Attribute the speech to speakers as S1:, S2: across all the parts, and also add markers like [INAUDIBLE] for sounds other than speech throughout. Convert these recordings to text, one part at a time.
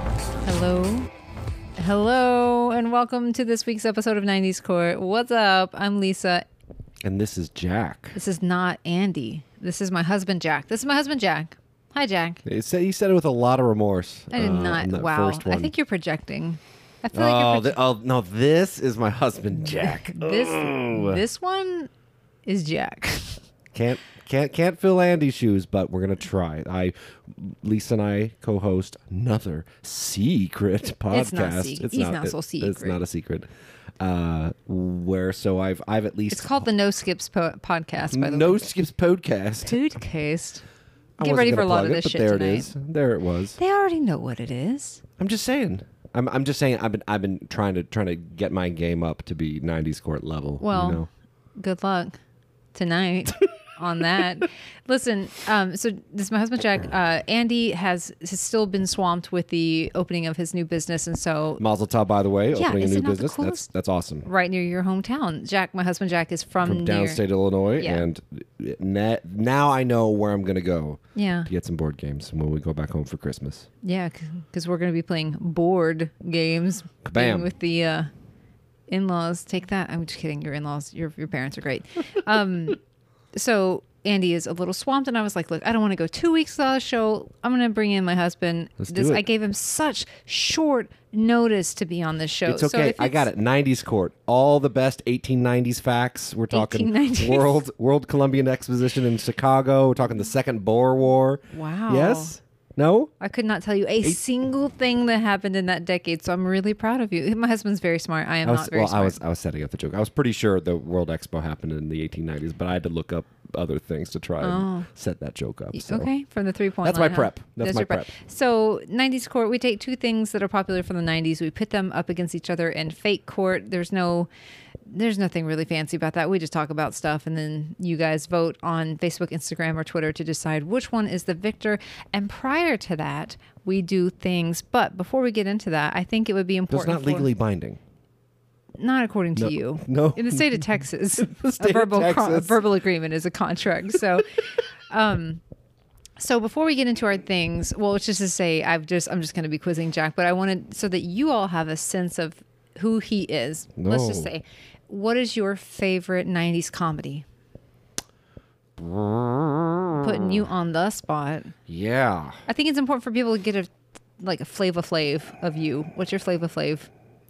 S1: Hello. Hello, and welcome to this week's episode of 90s Court. What's up? I'm Lisa.
S2: And this is Jack.
S1: This is not Andy. This is my husband, Jack. This is my husband, Jack. Hi, Jack.
S2: It said, he said it with a lot of remorse.
S1: I did
S2: uh,
S1: not.
S2: in that
S1: Wow.
S2: First
S1: I
S2: one.
S1: think you're projecting. I feel like
S2: Oh,
S1: you're
S2: th- oh no! This is my [LAUGHS] husband, Jack. Oh.
S1: proje- this this one is Jack.
S2: can't can't can't fill Andy's shoes, but we're gonna try. I, Lisa and I co-host another secret podcast.
S1: not secret. It's not so
S2: It's
S1: secret.
S2: not a secret. Uh, where so I've I've at least
S1: It's called the No Skips po- podcast, by the way.
S2: no skips podcast.
S1: Podcast.
S2: I
S1: Get
S2: wasn't
S1: ready for a
S2: gonna
S1: lot
S2: plug
S1: of
S2: it,
S1: this
S2: but
S1: shit
S2: there
S1: tonight.
S2: it is. There it was.
S1: They already know what it is.
S2: I'm just saying. I'm, I'm just saying. I've been I've been trying to trying to get my game up to be 90s court level.
S1: Well,
S2: you know?
S1: good luck
S2: [LAUGHS]
S1: tonight on that. Listen, um, so this is my husband
S2: [CLEARS THROAT]
S1: Jack. Uh, Andy has, has still been swamped with the opening of his new business, and so
S2: Mazel tov, by the way,
S1: Yeah,
S2: opening a
S1: is
S2: new
S1: it not the
S2: business. That's
S1: coolest?
S2: that's awesome.
S1: right near your hometown, Jack, my husband Jack, is from,
S2: From
S1: near.
S2: downstate Illinois,
S1: Yeah.
S2: and na- now I know where I'm gonna go
S1: Yeah,
S2: to get some board games when we go back home for Christmas.
S1: yeah, because we're going to be playing board games being
S2: Kabam.
S1: with the uh, in-laws. Take that. I'm just kidding. Your in-laws, your your parents are great. [LAUGHS] Um, so. Andy is a little swamped, and I was like, "Look, I don't want to go two weeks without a show. I'm going to bring in my husband.
S2: Let's
S1: this,
S2: do it.
S1: I gave him such short notice to be on this show.
S2: It's okay. I got it. 90s court. All the best 1890s facts. We're talking
S1: 1890s.
S2: world World Columbian Exposition in Chicago. We're talking the Second Boer War.
S1: Wow.
S2: Yes. No.
S1: I could not tell you a single thing that happened in that decade, so I'm really proud of you. My husband's very smart. I am
S2: I was,
S1: not very
S2: well,
S1: smart.
S2: I was I was setting up the joke. I was pretty sure the World Expo happened in the 1890s, but I had to look up other things to try and set that joke up. So.
S1: Oh. Okay, from the three point.
S2: That's my
S1: line, huh?
S2: prep. That's my
S1: your So, '90s court. We take two things that are popular from the '90s. We pit them up against each other in fake court. There's no, there's nothing really fancy about that. We just talk about stuff, and then you guys vote on Facebook, Instagram, or Twitter to decide which one is the victor. And prior to that, we do things. But before we get into that, I think it would be
S2: That's
S1: important.
S2: not
S1: for-
S2: legally binding.
S1: not according to you.
S2: [LAUGHS] no.
S1: In the state of
S2: [LAUGHS]
S1: Texas,
S2: state
S1: a
S2: of
S1: verbal con- a
S2: Texas.
S1: verbal agreement is a contract.
S2: [LAUGHS]
S1: So, um, so before we get into our things, well, it's just to say, I've just I'm just going to be quizzing Jack, but I wanted so that you all have a sense of who he is. Let's just
S2: No.
S1: say, what is your favorite '90s comedy? Putting you on the spot.
S2: Yeah.
S1: I think it's important for people to get a like a flavor flav of you. What's your flavor flav?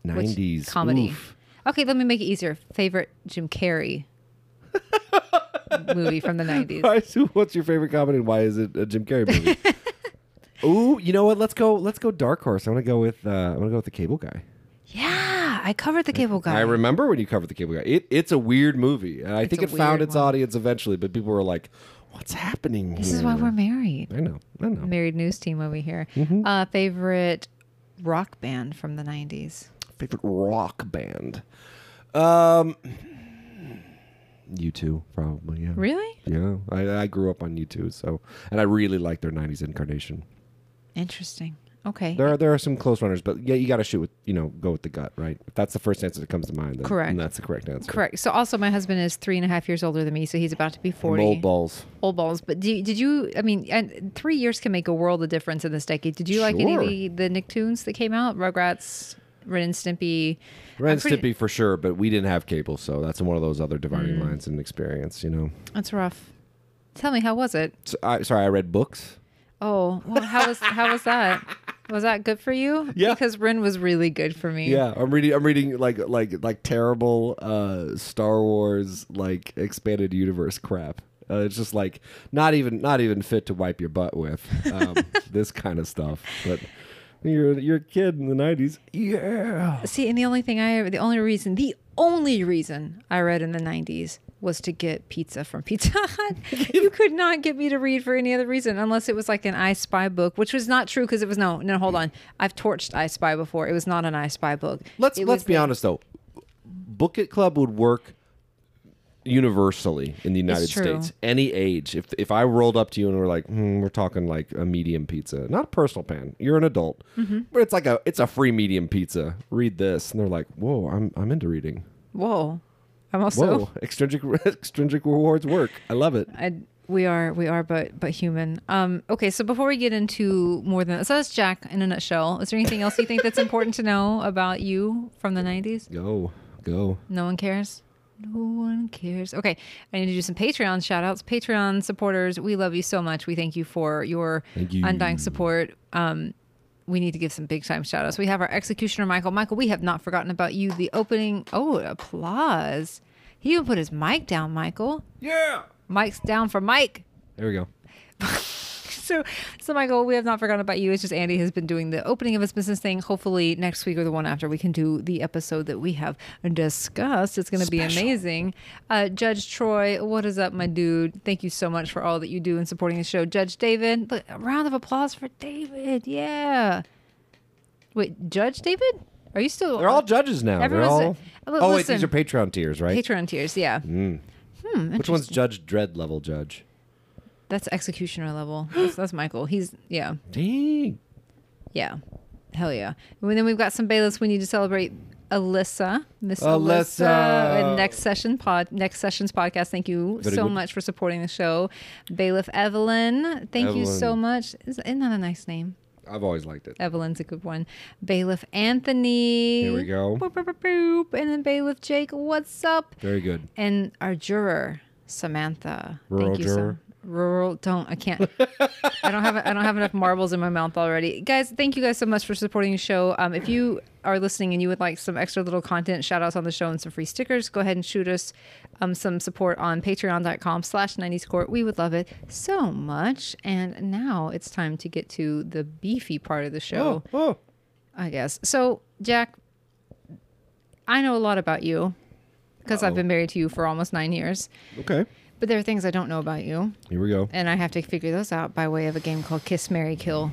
S1: Which
S2: 90s
S1: comedy.
S2: Oof. [LAUGHS]
S1: Okay, let me make it easier. Favorite Jim Carrey movie from the
S2: [LAUGHS]
S1: 90s.
S2: Why- What's your favorite comedy? and Why is it a Jim
S1: [LAUGHS]
S2: Carrey movie? Ooh, you know what? Let's go. Let's go Dark Horse. I want to go with. Uh, I want to go with the Cable Guy.
S1: Yeah, I covered the cable guy.
S2: I remember when you covered the Cable Guy. It, it's a weird movie, and I think
S1: a
S2: it found
S1: weird
S2: its
S1: one.
S2: audience eventually. But people were like, "What's happening?"
S1: this is why we're married.
S2: I know. I know.
S1: Married news team over here.
S2: Mm-hmm.
S1: Uh, favorite rock band from the 90s.
S2: favorite rock band um you two probably yeah
S1: Really?
S2: yeah I, I grew up on you two so and i really like their 90s incarnation
S1: Interesting. Okay.
S2: there are there are some close runners but yeah you gotta shoot with you know go with the gut right if that's the first answer that comes to mind then,
S1: Correct.
S2: then that's the correct answer
S1: Correct. So, also, my husband is three and a half years older than me, so he's about to be 40.
S2: mold balls
S1: Old balls. But do, did you, I mean, and three years can make a world of difference in this decade. Did you like any of
S2: Sure.
S1: the, the Nicktoons that came out? Rugrats, Ren and Stimpy.
S2: Ren
S1: I'm
S2: and
S1: pretty-
S2: Stimpy for sure, but we didn't have cable, so that's one of those other
S1: Mm.
S2: dividing lines in experience, you know.
S1: That's rough. Tell me, how was it?
S2: So, I, sorry, I read books.
S1: Oh, well, how was how was that? Was that good for you?
S2: [LAUGHS] Yeah.
S1: Because Rin was really good for me.
S2: Yeah, I'm reading. I'm reading like like like terrible uh, Star Wars like expanded universe crap. Uh, it's just like not even not even fit to wipe your butt with um, this kind of stuff. But you're you're a kid in the '90s. Yeah,
S1: See, and the only thing I the only reason the only reason I read in the '90s was to get pizza from Pizza
S2: [LAUGHS]
S1: Hut. you could not get me to read for any other reason unless it was like an I Spy book, which was not true because it was no no hold on I've torched I Spy before. It was not an I Spy book.
S2: let's
S1: It
S2: let's
S1: was
S2: be
S1: like-
S2: honest though. Book it club would work universally in the United
S1: true.
S2: States. Any age. If if I rolled up to you and we're like, hmm, we're talking like a medium pizza, not a personal pan. You're an adult,
S1: Mm-hmm.
S2: but it's like a it's a free medium pizza. Read this, and they're like, whoa, I'm I'm into reading.
S1: Whoa, I'm also
S2: [LAUGHS] Whoa, extrinsic extrinsic rewards work. I love it.
S1: I We are we are but but human. Um okay, so before we get into more than so that's Jack in a nutshell. Is there anything else you think that's important to know about you from the nineties?
S2: Go, go.
S1: No one cares. No one cares. Okay, I need to do some Patreon shout outs. Patreon supporters, we love you so much. We thank you for your
S2: Thank you.
S1: undying support. Um, we need to give some big time shout outs. We have our executioner, Michael. Michael, we have not forgotten about you. The opening, oh, applause. He even put his mic down, Michael.
S2: Yeah.
S1: Mike's down for Mike.
S2: There we go.
S1: [LAUGHS] So, so Michael, we have not forgotten about you. It's just Andy has been doing the opening of his business thing. Hopefully, next week or the one after, we can do the episode that we have discussed. It's going to be amazing. Uh, Judge Troy, what is up, my dude? Thank you so much for all that you do in supporting the show. Judge David, look, a round of applause for David. Yeah. Wait, Judge David? Are you still?
S2: They're all judges now.
S1: Everyone's-
S2: They're all.
S1: Well,
S2: oh wait,
S1: listen.
S2: these are Patreon tiers, right?
S1: Patreon tiers, yeah.
S2: Mm. Which one's Judge Dread level judge?
S1: That's executioner level. That's, that's Michael. He's yeah.
S2: Dang.
S1: Yeah. Hell yeah. And then we've got some bailiffs we need to celebrate. Alyssa, Miss Alyssa,
S2: Alyssa.
S1: And next session pod, next sessions podcast. Thank you
S2: Very
S1: so
S2: good.
S1: much for supporting the show, bailiff Evelyn. Thank you
S2: Evelyn.
S1: so much. Is- Isn't that a nice name?
S2: I've always liked it.
S1: Evelyn's a good one. Bailiff Anthony.
S2: Here we go.
S1: Boop, boop, boop, boop. And then bailiff Jake. What's up?
S2: Very good.
S1: And our juror, Samantha.
S2: Rural
S1: so-
S2: juror.
S1: Rural. Don't. I can't. I don't have. I don't have enough marbles in my mouth already, guys. Thank you guys so much for supporting the show. Um, if you are listening and you would like some extra little content, shout outs on the show, and some free stickers, go ahead and shoot us um, some support on patreon.com slash 90s court. We would love it so much. And now it's time to get to the beefy part of the show,
S2: Oh, oh.
S1: I guess. So, Jack, I know a lot about you because I've
S2: Uh-oh.
S1: been married to you for almost nine years,
S2: Okay.
S1: but there are things I don't know about you.
S2: Here we go.
S1: And I have to figure those out by way of a game called Kiss, Mary, Kill.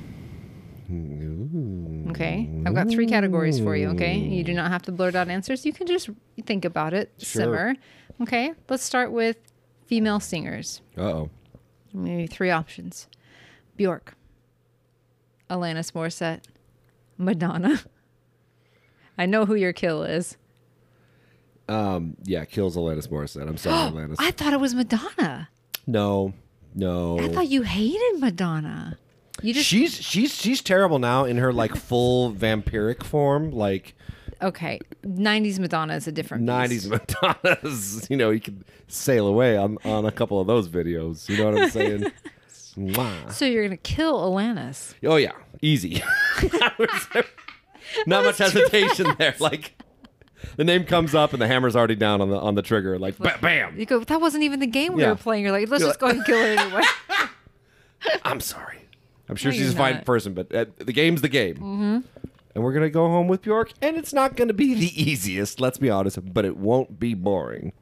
S1: Okay. I've got three categories for you. Okay. You do not have to blurt out answers. You can just think about it,
S2: Sure.
S1: simmer. Okay. Let's start with female singers.
S2: Uh oh.
S1: Maybe three options Bjork, Alanis Morissette, Madonna. [LAUGHS] I know who your kill is.
S2: Um. Yeah. Kills Alanis Morissette.
S1: [GASPS]
S2: I'm sorry, Alanis.
S1: I thought it was Madonna.
S2: No. No.
S1: I thought you hated Madonna. You just.
S2: she's she's she's terrible now in her like full vampiric form, like
S1: okay. 90s Madonna is a different. beast.
S2: '90s Madonna's. [LAUGHS] You know, you can sail away on on a couple of those videos. You know what
S1: [LAUGHS]
S2: I'm saying? Mwah.
S1: So you're gonna kill Alanis.
S2: Oh yeah, easy. [LAUGHS] That was- Not much hesitation there. Like the name comes up and the hammer's already down on the on the trigger. Like ba- bam.
S1: You go. That wasn't even the game we
S2: Yeah.
S1: were playing. You're like, let's
S2: You're
S1: just go ahead and kill her
S2: [LAUGHS]
S1: anyway.
S2: I'm sorry. I'm sure
S1: No,
S2: she's a
S1: you're
S2: fine
S1: not. Mm-hmm.
S2: person, but uh, the game's the game. And we're gonna go home with Bjork, and it's not gonna be the easiest. Let's be honest, but it won't be boring.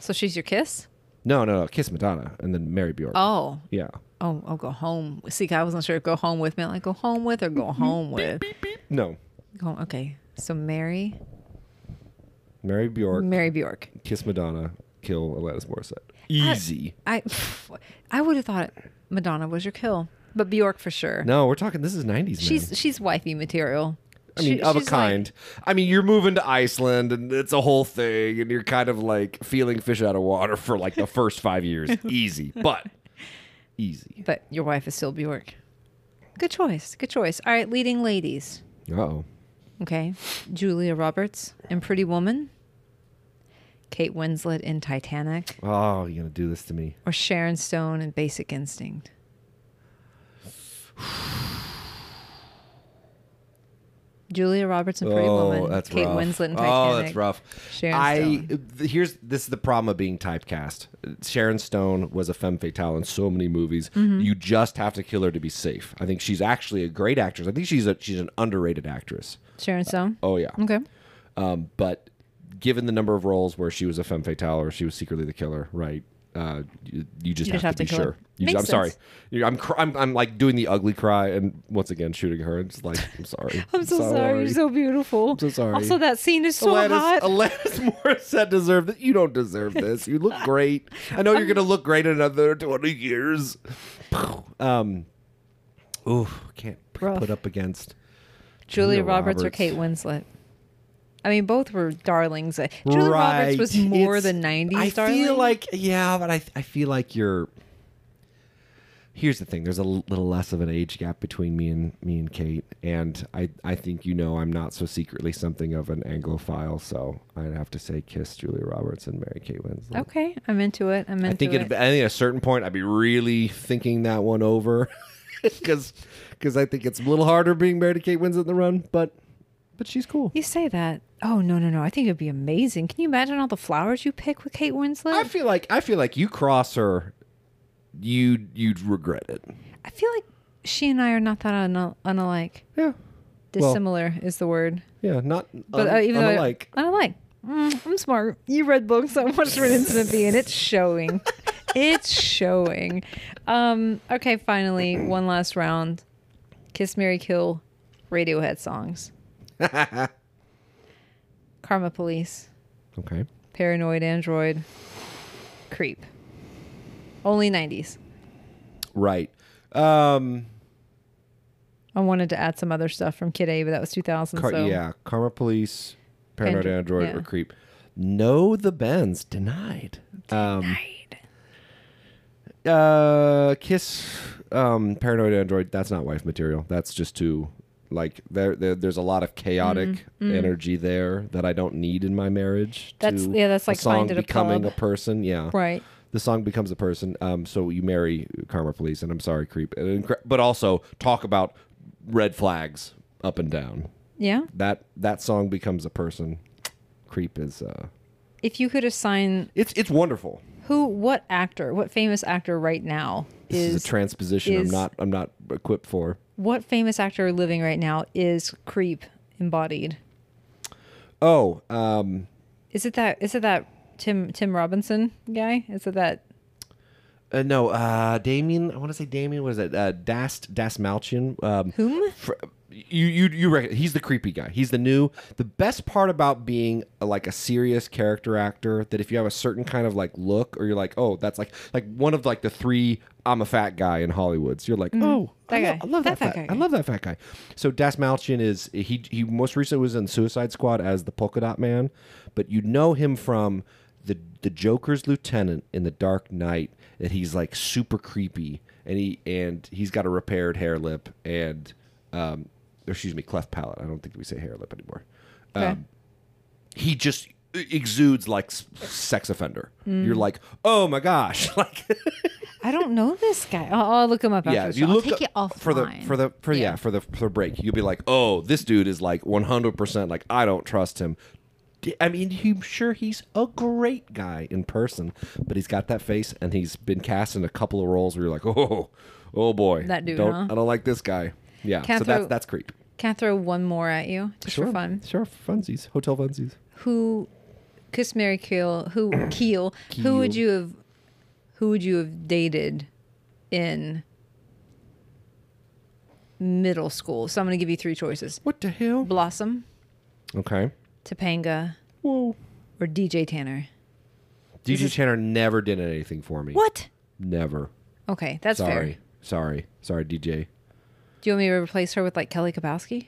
S1: so she's your kiss.
S2: No, no, no. Kiss Madonna and then marry Bjork.
S1: Oh.
S2: Yeah.
S1: Oh, oh, go home. See, I wasn't sure if go home with meant like go home with or go home with.
S2: No.
S1: Go, okay. So Mary,
S2: Marry Bjork,
S1: Mary Bjork.
S2: kiss Madonna, kill Alanis Morissette. Easy.
S1: I, [SIGHS] I would have thought Madonna was your kill, but Bjork for sure.
S2: no, we're talking this is 90s, man.
S1: She's she's wifey material.
S2: I mean,
S1: She-
S2: of a
S1: she's like-
S2: kind. I mean, you're moving to Iceland and it's a whole thing and you're kind of like feeling fish out of water [LAUGHS] for like the first
S1: [LAUGHS]
S2: 5 years. Easy. But easy.
S1: but your wife is still Bjork. Good choice. Good choice. All right, leading ladies.
S2: Uh-oh.
S1: Okay. Julia Roberts in Pretty Woman, Kate Winslet in Titanic,
S2: Oh, you're going to do this to me.
S1: or Sharon Stone in Basic Instinct. [SIGHS] Julia Roberts in Pretty Woman, Kate
S2: Oh, rough.
S1: Winslet in Titanic.
S2: Oh, that's rough.
S1: Sharon
S2: I th- here's this is the problem of being typecast. Sharon Stone was a femme fatale in so many movies.
S1: Mm-hmm.
S2: You just have to kill her to be safe. I think she's actually a great actress. I think she's a she's an underrated actress.
S1: Sharon Stone.
S2: Oh yeah.
S1: Okay.
S2: Um, but given the number of roles where she was a femme fatale or she was secretly the killer, right? Uh, you, you just, have, to, be
S1: kill her.
S2: sure. You, I'm
S1: Makes
S2: sorry.
S1: sense.
S2: You- I'm, cr- I'm I'm like doing the ugly cry and once again shooting her. It's like I'm sorry.
S1: [LAUGHS] I'm so sorry. You're so beautiful. I'm
S2: so sorry.
S1: Also, that scene is so
S2: Alanis,
S1: hot.
S2: Alanis [LAUGHS] Morissette deserved this. You don't deserve this. You look great. I know you're gonna look great in another 20 years. [SIGHS] Um, ooh, can't p-
S1: Rough.
S2: put up against.
S1: Julia,
S2: Julia
S1: Roberts, or
S2: Roberts.
S1: Kate Winslet. I mean, both were darlings. Uh, Julia Roberts was
S2: Right.
S1: more
S2: It's-
S1: than 90s
S2: I
S1: darling.
S2: feel like yeah, but I I feel like you're here's the thing there's a l- little less of an age gap between me and me and kate and i i think you know i'm not so secretly something of an anglophile so i'd have to say kiss julia roberts and mary kate winslet
S1: Okay, I'm into it. I'm into
S2: i think
S1: it.
S2: it. i think at a certain point i'd be really thinking that one over [LAUGHS] because i think it's a little harder being married to kate winslet in the run but but she's cool
S1: you say that. Oh no, no, no! I think it'd be amazing. Can you imagine all the flowers you pick with Kate Winslet?
S2: i feel like i feel like you cross her you you'd regret it
S1: I feel like she and I are not that un- unalike.
S2: yeah Well-
S1: Dissimilar is the word.
S2: yeah not
S1: But uh, even though
S2: like
S1: I don't like. Mm, I'm smart. You read books. I watched Ren and Stimpy, and it's
S2: [LAUGHS]
S1: showing. it's showing. Um, okay, finally, one last round. Kiss, Mary, Kill, Radiohead
S2: [LAUGHS]
S1: songs. Karma Police,
S2: okay
S1: Paranoid Android, Creep. Only 90s.
S2: Right. Um,
S1: I wanted to add some other stuff from Kid A, but that was 2000.
S2: car-
S1: so
S2: Yeah. Karma Police, Paranoid
S1: Andro-
S2: Android,
S1: yeah.
S2: or Creep. No, the Bends denied. Um,
S1: Right.
S2: uh, Kiss, um, Paranoid Android. That's not wife material. That's just too like there. there there's a lot of chaotic
S1: Mm-hmm.
S2: energy there that I don't need in my marriage.
S1: Mm. That's-
S2: to
S1: yeah, that's like
S2: a song
S1: Find It a
S2: becoming
S1: Pub.
S2: a person. Yeah.
S1: Right.
S2: The song becomes a person. Um, so you marry Karma Police, and I'm sorry, Creep, and incre- but also talk about red flags up and down.
S1: Yeah.
S2: that that song becomes a person. Creep is uh
S1: If you could assign
S2: it's it's wonderful.
S1: Who? What actor? What famous actor right now
S2: This is,
S1: is?
S2: a transposition
S1: is-
S2: I'm not I'm not equipped for.
S1: what famous actor living right now is creep embodied?
S2: Oh, um
S1: Is it that? Is it that Tim Tim Robinson guy? Is it that?
S2: uh, no, uh Damien, I want to say Damien was it uh Dast Dastmalchian um
S1: Whom?
S2: fr- you you you rec- he's the creepy guy. He's the new the best part about being uh like a serious character actor that if you have a certain kind of like look or you're like, "Oh, that's like like one of like the three I'm a fat guy in Hollywood." So you're like,
S1: Mm-hmm.
S2: "Oh,
S1: That
S2: I, lo-
S1: guy.
S2: I love
S1: That
S2: that,
S1: fat
S2: fat,
S1: guy.
S2: I love that fat guy. So Dasmalchian is he he most recently was in Suicide Squad as the Polka Dot Man, but you know him from the the Joker's lieutenant in The Dark Knight that he's like super creepy and he and he's got a repaired hair lip and um or excuse me cleft palate. I don't think we say hair lip anymore.
S1: Okay.
S2: Um, he just exudes like s- sex offender.
S1: Hmm.
S2: You're like, "Oh my gosh." [LAUGHS] Like
S1: I don't know this guy. I'll, I'll look him up.
S2: yeah,
S1: after
S2: if you look
S1: I'll take it
S2: up
S1: offline.
S2: for the for the for yeah. for the for break. You'll be like, oh, this dude is like 100 percent like I don't trust him. D- I mean, he- I'm sure he's a great guy in person, but he's got that face, and he's been cast in a couple of roles where you're like, oh, oh boy,
S1: That dude,
S2: Don't,
S1: huh?
S2: I don't like this guy. Yeah,
S1: Can I
S2: so
S1: throw-
S2: that's that's creep.
S1: Can I throw one more at you just for fun?
S2: sure, funsies, hotel funsies.
S1: Who? Kiss Mary Kill.
S2: [COUGHS]
S1: Who? Keel. Who would
S2: Keel.
S1: you have? Who would you have dated in middle school? So I'm going to give you three choices.
S2: What the hell?
S1: Blossom,
S2: Okay.
S1: Topanga,
S2: Whoa.
S1: or DJ Tanner?
S2: DJ Tanner never did anything for me.
S1: What?
S2: Never.
S1: Okay, that's fair.
S2: Sorry. Sorry. Sorry, DJ.
S1: Do you want me to replace her with like Kelly Kapowski?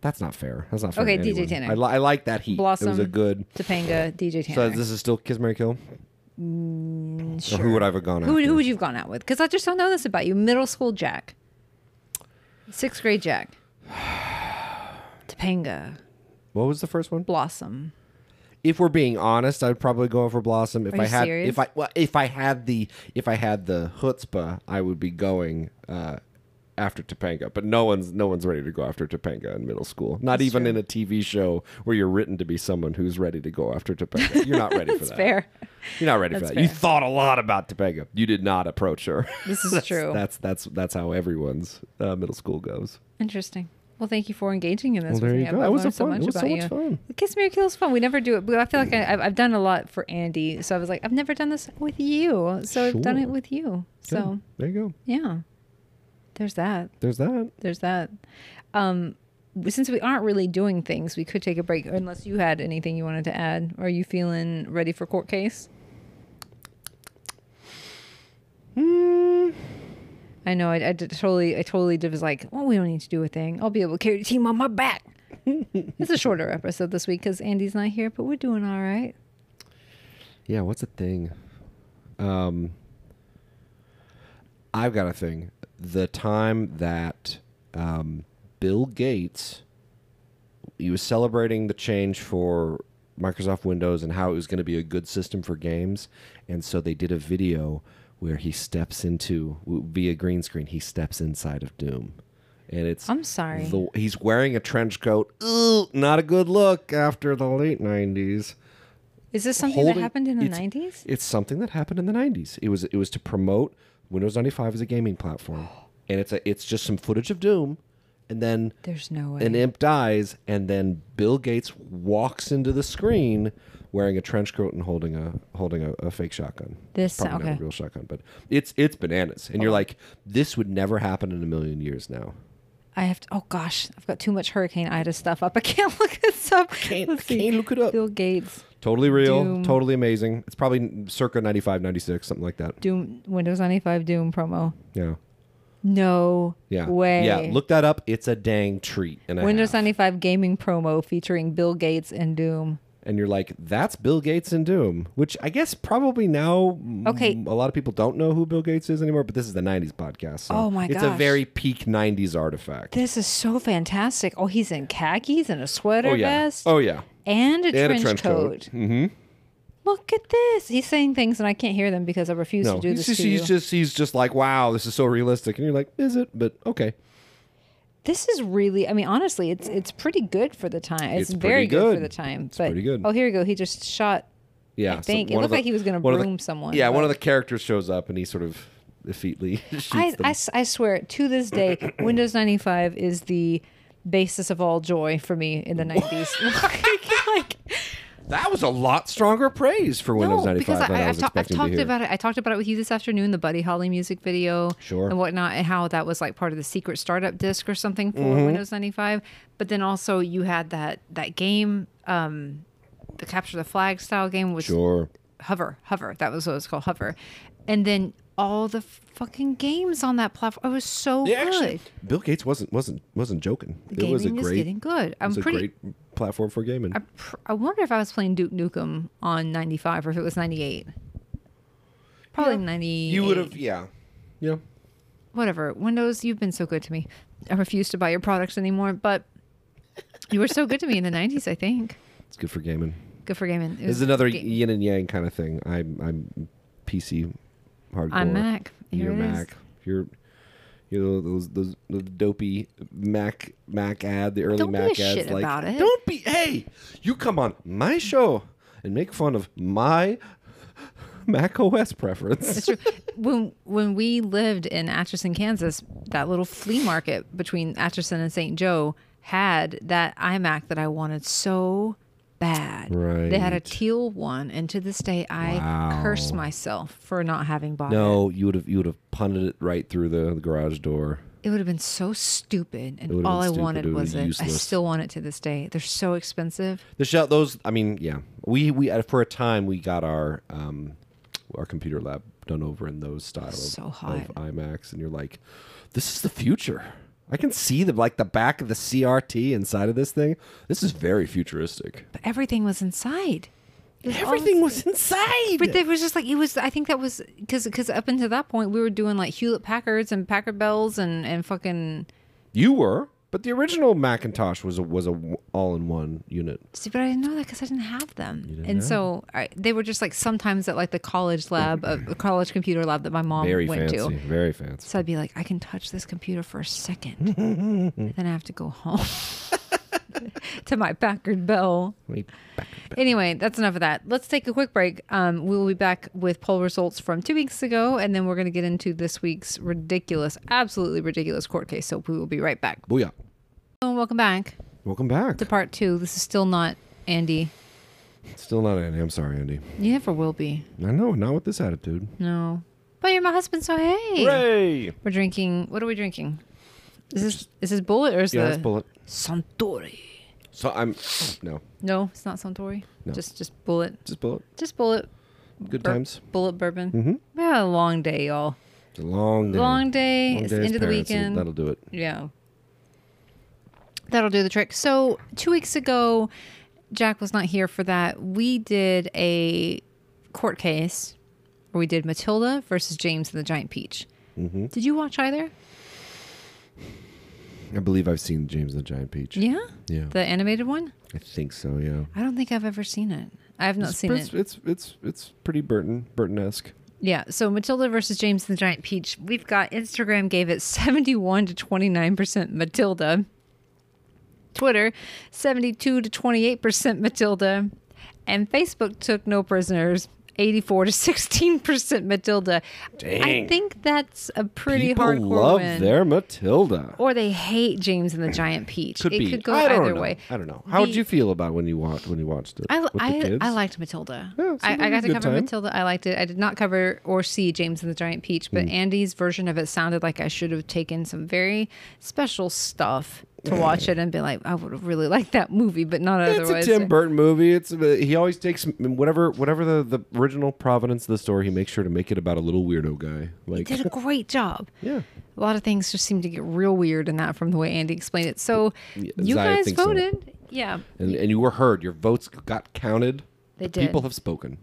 S2: That's not fair. That's not fair.
S1: Okay,
S2: to
S1: DJ
S2: anyone.
S1: Tanner.
S2: I, li- I like that heat. It was a
S1: Blossom.
S2: good.
S1: Topanga, DJ Tanner.
S2: So this is still Kiss Mary Kill.
S1: sure.
S2: Or who would I have gone
S1: who, would-
S2: after?
S1: who would you have gone out with? Because I just don't know this about you. Middle school Jack, sixth grade Jack, [SIGHS] Topanga,
S2: what was the first one?
S1: Blossom.
S2: If we're being honest, I'd probably go for Blossom. If
S1: Are you
S2: I had,
S1: serious?
S2: if I, well, if I had the, if I had the chutzpah, I would be going uh, after Topanga. But no one's, no one's ready to go after Topanga in middle school. Not even
S1: true.
S2: in a TV show where you're written to be someone who's ready to go after Topanga. You're not
S1: [LAUGHS]
S2: ready for that.
S1: Fair.
S2: You're not ready for
S1: That's
S2: that. You
S1: fair.
S2: thought a lot about Topanga. You did not approach her. [LAUGHS]
S1: This is
S2: That's-
S1: true.
S2: That's that's that's how everyone's uh, middle school goes.
S1: Interesting. Well, thank you for engaging in this.
S2: Well,
S1: with
S2: there
S1: me.
S2: you go.
S1: I've
S2: That was a
S1: learned so
S2: fun-
S1: much
S2: it was so
S1: about
S2: much
S1: you.
S2: fun.
S1: Kiss Mary Kill is fun. We never do it, but I feel like I, I've, I've done a lot for Andy, so I was like, I've never done this with you, so I've done
S2: Sure.
S1: it with you. So
S2: there you go.
S1: yeah, there's that.
S2: There's that.
S1: There's that. Um, w- since we aren't really doing things, we could take a break. Unless you had anything you wanted to add, are you feeling ready for court case?
S2: Hmm.
S1: I know. I, I did totally, I totally did was like, well, we don't need to do a thing. I'll be able to carry the team on my
S2: [LAUGHS]
S1: back. it's a shorter episode this week because Andy's not here, but we're doing all right.
S2: Yeah, what's a thing? Um I've got a thing. The time that um, Bill Gates, he was celebrating the change for Microsoft Windows and how it was going to be a good system for games, and so they did a video where he steps into via green screen. He steps inside of Doom, and it's
S3: I'm sorry.
S2: the, he's wearing a trench coat. Ooh, not a good look after the late nineties.
S3: Is this something that
S2: holding-
S3: happened in the
S2: it's-
S3: 90s?
S2: It's something that happened in the 90s. It was it was to promote Windows 95 as a gaming [GASPS] platform. And it's a it's just some footage of Doom and then
S3: There's no way.
S2: an imp dies and then Bill Gates walks into the screen wearing a trench coat and holding a holding a, a fake shotgun.
S3: This-
S2: Probably not
S3: okay.
S2: a real shotgun, but it's it's bananas. And you're like this would never happen in a million years now.
S3: I have to, oh gosh, I've got too much Hurricane Ida stuff up. I can't [LAUGHS] look this up.
S2: Can't-
S3: Let's see.
S2: can't look it up.
S3: Bill Gates,
S2: Totally real,
S3: Doom.
S2: totally amazing. It's probably circa 95 96 something like that.
S3: Doom, Windows 95 Doom promo.
S2: Yeah.
S3: No
S2: Yeah.
S3: way.
S2: Yeah. Look that up. It's a dang treat. And a
S3: Windows
S2: half.
S3: 95 gaming promo featuring Bill Gates and Doom.
S2: And you're like, that's Bill Gates and Doom, which I guess probably now mm,
S3: Okay.
S2: a lot of people don't know who Bill Gates is anymore, but this is the 90s podcast. So
S3: Oh my
S2: It's a
S3: gosh.
S2: very peak 90s artifact.
S3: This is so fantastic. Oh, he's in khakis and a sweater
S2: oh, yeah.
S3: vest
S2: Oh, yeah.
S3: and a
S2: And
S3: trench, coat. Mm-hmm. Look at this. He's saying things and I can't hear them because I refuse
S2: No,
S3: to do
S2: he's
S3: this
S2: just,
S3: to you.
S2: he's just he's just like, wow, this is so realistic, and you're like, is it? But okay,
S3: This is really, I mean, honestly, it's it's pretty good for the time. It's,
S2: It's
S3: very
S2: pretty
S3: good. for
S2: good.
S3: the time.
S2: It's
S3: but,
S2: pretty good.
S3: Oh, here we go. He just shot.
S2: yeah.
S3: I think it
S2: one of
S3: looked like he was gonna
S2: one of the-
S3: broom someone,
S2: Yeah, one
S3: but-
S2: of the characters shows up, and he sort of effetely [LAUGHS] shoots
S3: I,
S2: them.
S3: I s- I swear, to this
S2: [COUGHS]
S3: day, Windows 95 is the basis of all joy for me in the 90s. [LAUGHS] like, like,
S2: that was a lot stronger praise for Windows
S1: no,
S2: 95
S1: because I,
S2: than I,
S1: I,
S2: was
S1: have I've
S2: expecting to
S1: talked
S2: hear.
S1: about it. I talked about it with you this afternoon, the Buddy Holly music video,
S2: Sure.
S1: and whatnot, and how that was like part of the secret startup disc or something for
S2: Mm-hmm.
S1: Windows ninety five. But then also you had that that game, um, the capture the flag style game was
S2: Sure.
S1: Hover, Hover. That was what it was called, Hover. And then all the fucking games on that platform. It was so
S2: They
S1: good.
S2: actually- Bill Gates wasn't wasn't wasn't joking.
S1: the
S2: it was a
S1: gaming was,
S2: great,
S1: getting good.
S2: it
S1: I'm
S2: was a
S1: pretty.
S2: great platform for gaming.
S1: I, pr- I wonder if I was playing Duke Nukem on 95 or if it was 98. Probably 90.
S2: you would have, yeah, yeah.
S1: Whatever. Windows, you've been so good to me. I refuse to buy your products anymore, but you were so good to me in the 90s, I think.
S2: It's good for gaming.
S1: Good for gaming. It
S2: It's
S1: was
S2: another
S1: ga-
S2: yin and yang kind of thing. I'm I'm PC hardcore.
S1: I'm Mac. Here
S2: You're
S1: it is.
S2: Mac. You're you know those those, those dopey Mac Mac ad the early
S1: Don't give
S2: Mac
S1: a
S2: ads
S1: shit
S2: like
S1: about it.
S2: don't be hey you come on my show and make fun of my [LAUGHS] Mac OS preference.
S1: It's true. when when we lived in Atchison, Kansas, that little flea market between Atchison and St. Joe had that iMac that I wanted so bad. They had a
S2: Right.
S1: teal one, and to this day, I curse myself for not having bought it. [LAUGHS]
S2: No, you would have you would have punted it right through the, the garage door.
S1: It would have been so stupid, and
S2: would've
S1: all
S2: been
S1: I
S2: stupid.
S1: wanted
S2: It would've
S1: was
S2: been
S1: it. I
S2: useless.
S1: still want it to this day. They're so expensive.
S2: The shell those I mean, yeah. We we uh, for a time we got our um our computer lab done over in those style of,
S1: So hot.
S2: of IMAX and you're like, this is the future. I can see the like the back of the CRT inside of this thing. This is very futuristic.
S1: But everything was inside. It was all
S2: Everything was inside.
S1: But it was just like it was. I think that was because because up until that point we were doing like Hewlett Packards and Packard Bells and and fucking.
S2: you were, but the original Macintosh was a, was a w- all-in-one unit.
S1: See, but I didn't know that because I didn't have them, and so I, they were just like sometimes at like the college lab, uh, the college computer lab that my mom
S2: Very
S1: Oh, went
S2: fancy,
S1: to.
S2: very fancy.
S1: So I'd be like, I can touch this computer for a
S2: [LAUGHS]
S1: second, and then I have to go home [LAUGHS] to my Packard Bell.
S2: Wait, back-
S1: Anyway, that's enough of that. Let's take a quick break. Um, we will be back with poll results from two weeks ago, and then we're going to get into this week's ridiculous, absolutely ridiculous court case. So we will be right back.
S2: Booyah.
S1: Oh, welcome back
S2: Welcome back.
S1: to part two. This is still not Andy.
S2: Still not Andy. I'm sorry, Andy.
S1: You never will be.
S2: I know, not with this attitude.
S1: No. But you're my husband, so hey.
S2: Hooray!
S1: We're drinking. What are we drinking? Is this is this bullet or is
S2: Yeah,
S1: the
S2: let's pull it.
S1: Suntory?
S2: So I'm [SNIFFS] no,
S1: No, it's not Suntory.
S2: No.
S1: Just just bullet.
S2: just pull it.
S1: Just bullet.
S2: Good
S1: bur-
S2: times.
S1: Bullet bourbon. Mm-hmm. We had a long day, y'all.
S2: It's a long day.
S1: Long day.
S2: Long
S1: it's
S2: day
S1: the
S2: as
S1: end of the
S2: parents,
S1: weekend.
S2: That'll do it.
S1: Yeah. That'll do the trick. So, two weeks ago, Jack was not here for that. We did a court case where we did Matilda versus James and the Giant Peach.
S2: Mm-hmm.
S1: Did you watch either?
S2: I believe I've seen James and the Giant Peach.
S1: Yeah?
S2: Yeah.
S1: The animated one?
S2: I think so, yeah.
S1: I don't think I've ever seen it. I have not
S2: it's,
S1: seen it.
S2: it's, it's it's it's pretty Burton Burton esque.
S1: Yeah, so Matilda versus James and the Giant Peach. We've got Instagram gave it 71 to 29% Matilda. Twitter 72 to 28% Matilda. And Facebook took no prisoners 84 to 16% Matilda. I
S2: Dang.
S1: think that's a pretty
S2: People
S1: hardcore
S2: love
S1: win.
S2: their Matilda.
S1: or they hate James and the Giant Peach.
S2: Could
S1: it
S2: be.
S1: could go
S2: I don't
S1: either
S2: know.
S1: way.
S2: I don't know. How did
S1: The-
S2: you feel about when you watched when you watched it?
S1: I,
S2: With the
S1: I,
S2: kids?
S1: I liked Matilda.
S2: Yeah,
S1: I,
S2: sounds
S1: I
S2: like a
S1: got to
S2: good
S1: cover
S2: time.
S1: Matilda. I liked it. I did not cover or see James and the Giant Peach,
S2: Hmm.
S1: but Andy's version of it sounded like I should have taken some very special stuff to watch it and been like, I would have really [LAUGHS] liked that movie, but not
S2: It's a
S1: otherwise.
S2: Tim Burton movie. It's uh, he always takes whatever whatever the, the original provenance of the story. He makes sure to make it about a little weirdo guy. Like
S1: did a great job.
S2: yeah,
S1: A lot of things just seem to get real weird in that from the way Andy explained it. So you
S2: Zaya
S1: guys
S2: thinks so.
S1: voted. Yeah.
S2: and and you were heard. Your votes got counted.
S1: They
S2: The People
S1: did.
S2: have spoken.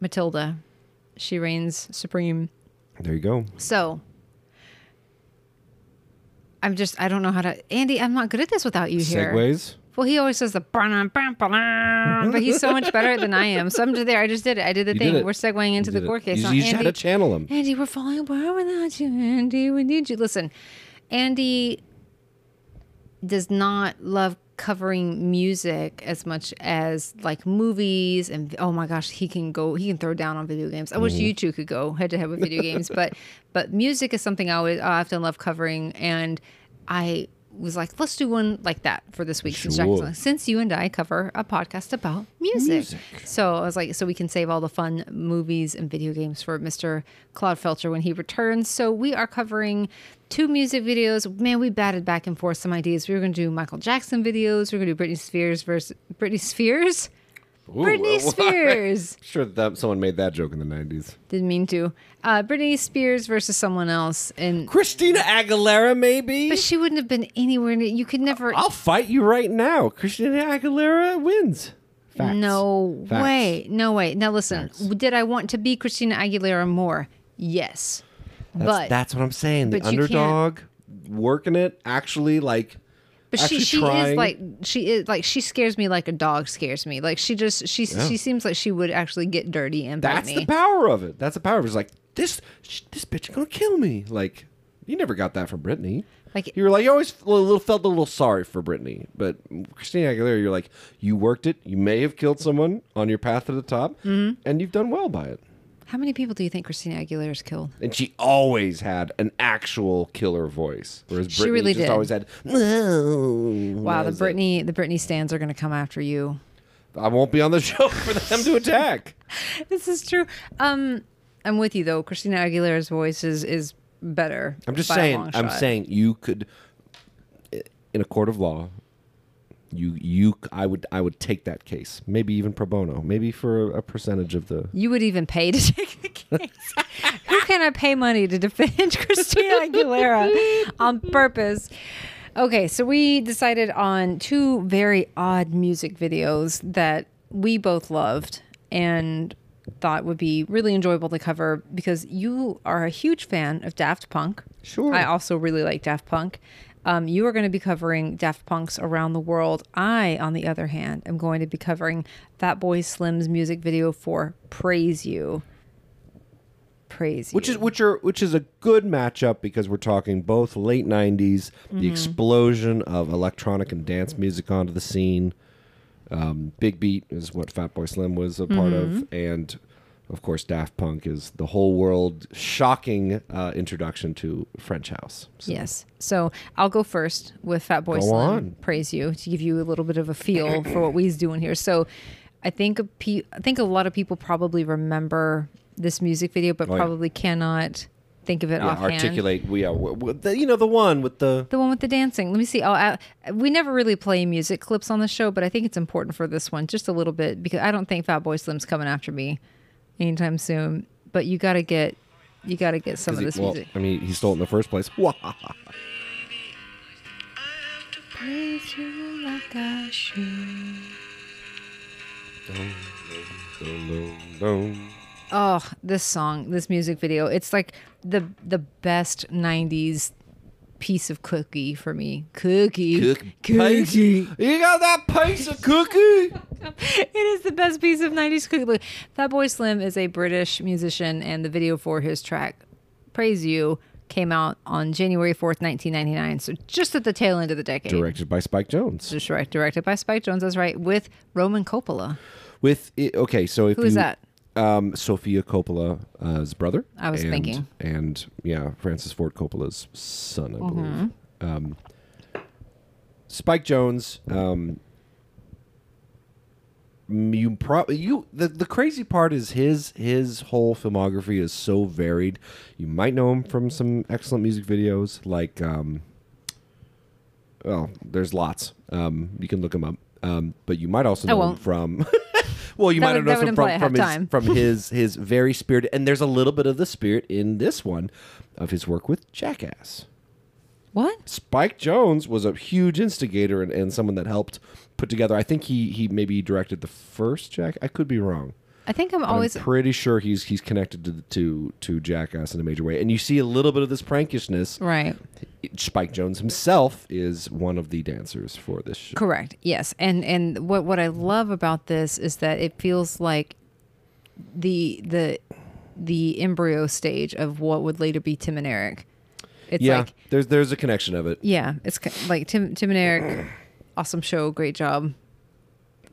S1: Matilda. She reigns supreme.
S2: There you go.
S1: So I'm just I don't know how to Andy, I'm not good at this without you here.
S2: Segways.
S1: Well, he always says the "Ba-dum, ba-dum, ba-dum," but he's so much better at it than I am. So I'm just there. I just did it. I did the
S2: You did
S1: thing.
S2: it.
S1: We're segueing into
S2: You did
S1: the
S2: it.
S1: court case.
S2: You,
S1: Now,
S2: you
S1: Andy,
S2: had to channel him.
S1: Andy, we're falling apart without you, Andy. We need you. Listen, Andy does not love covering music as much as like movies and oh my gosh he can go he can throw down on video games i wish you two could go head to head with video games but [LAUGHS] but music is something i always i often love covering and i was like let's do one like that for this week since, Jack's
S2: Sure.
S1: since you and i cover a podcast about music.
S2: Music.
S1: so i was like so we can save all the fun movies and video games for mr cloud felcher when he returns so we are covering two music videos man we batted back and forth some ideas we were going to do michael jackson videos we are going to do britney spears versus britney spears
S2: Ooh,
S1: britney
S2: well,
S1: spears
S2: [LAUGHS] Sure, that someone made that joke in the nineties.
S1: didn't mean to uh britney spears versus someone else and
S2: Christina Aguilera, maybe.
S1: but she wouldn't have been anywhere near you could never
S2: I'll fight you right now. Christina Aguilera wins. Facts.
S1: No
S2: Facts.
S1: way. No way. Now listen, did I want to be Christina Aguilera more? Yes.
S2: That's,
S1: but
S2: that's what I'm saying. The
S1: but you can't-
S2: underdog working it, actually like.
S1: but she
S2: actually
S1: she
S2: trying.
S1: is like she is like she scares me like a dog scares me. Like she just she she seems like she would actually get dirty and bite
S2: That's
S1: me.
S2: the power of it. That's the power of it. It's like this. Sh- this bitch gonna kill me. Like you never got that from Brittany.
S1: Like-
S2: you were like you always f- a little, felt a little sorry for Brittany, but Christina Aguilera, you're like you worked it. You may have killed someone on your path to the top,
S1: Mm-hmm.
S2: and you've done well by it.
S1: How many people do you think Christina Aguilera's killed?
S2: And she always had an actual killer voice, whereas Brittany
S1: really
S2: just
S1: did.
S2: always had. Wow,
S1: Wow, the Britney the Britney stands are going to come after you. [LAUGHS]
S2: I won't be on the [LAUGHS] show for them to attack.
S1: This is true. Um I'm with you though. Christina Aguilera's voice is is better.
S2: I'm just
S1: by a
S2: saying.
S1: long
S2: I'm
S1: shot.
S2: saying you could, in a court of law, you you I would I would take that case. Maybe even pro bono. Maybe for a, a percentage of the.
S1: You would even pay to [LAUGHS] take the case. Who can I pay money to defend [LAUGHS] Christina Aguilera on purpose? Okay, so we decided on two very odd music videos that we both loved and thought would be really enjoyable to cover because you are a huge fan of Daft Punk.
S2: Sure.
S1: I also really like Daft Punk. Um, you are going to be covering Daft Punk's Around the World. I, on the other hand, am going to be covering Fat Boy Slim's music video for Praise You. Praise
S2: Which
S1: You.
S2: is which are which is a good matchup because we're talking both late '90s, the explosion of electronic and dance music onto the scene. Um, Big Beat is what Fatboy Slim was a part of, and of course Daft Punk is the whole world shocking uh, introduction to French house. So
S1: Yes. So I'll go first with Fat Boy
S2: Go
S1: Slim.
S2: on.
S1: Praise you to give you a little bit of a feel for what we's doing here. So I think a pe- I think a lot of people probably remember this music video, but
S2: Oh, yeah.
S1: probably cannot think of it
S2: Yeah,
S1: offhand.
S2: articulate. We are, w- w- the, you know, the one with the.
S1: The one with the dancing. Let me see. Oh, I, we never really play music clips on the show, but I think it's important for this one just a little bit because I don't think Fat Boy Slim's coming after me anytime soon. But you gotta get, you gotta get some of this
S2: well,
S1: music.
S2: I mean, he stole it in the first place. Wah.
S1: Praise you like I should. Oh, this song, this music video. It's like the the best 90s piece of cookie for me. Cookie. Cookie.
S2: You got that piece of cookie?
S1: [LAUGHS] it is the best piece of 90s cookie. Look, Fat Boy Slim is a British musician, and the video for his track Praise You came out on January 4th, 1999. So just at the tail end of the decade.
S2: Directed by Spike Jones.
S1: Just right, directed by Spike Jones, that's right, with Roman Coppola.
S2: With it, okay, so if
S1: Who is
S2: you-
S1: that?
S2: Um, Sophia Coppola's brother.
S1: I was
S2: and-
S1: thinking.
S2: and yeah, Francis Ford Coppola's son, I
S1: Mm-hmm.
S2: believe. Um, Spike Jones. Um, m- you probably you the, the crazy part is his his whole filmography is so varied. You might know him from some excellent music videos like um, well, there's lots. Um, you can look him up. Um, but you might also
S1: I
S2: know him
S1: won't.
S2: from. [LAUGHS] well, you
S1: That
S2: might
S1: would-
S2: know
S1: that would
S2: him
S1: imply I
S2: from
S1: have
S2: from his
S1: time. [LAUGHS]
S2: from his his very spirit, and there's a little bit of the spirit in this one of his work with Jackass.
S1: What?
S2: Spike Jones was a huge instigator and, and someone that helped put together. I think he he maybe directed the first Jack. I could be wrong.
S1: I think I'm
S2: I'm
S1: always
S2: pretty sure he's he's connected to, the- to to Jackass in a major way, and you see a little bit of this prankishness.
S1: right.
S2: Spike Jones himself is one of the dancers for this show.
S1: Correct. Yes. And and what what I love about this is that it feels like the the the embryo stage of what would later be Tim and Eric. It's
S2: Yeah,
S1: like
S2: there's there's a connection of it.
S1: yeah, it's ki- like Tim Tim and Eric [CLEARS THROAT] awesome show, great job.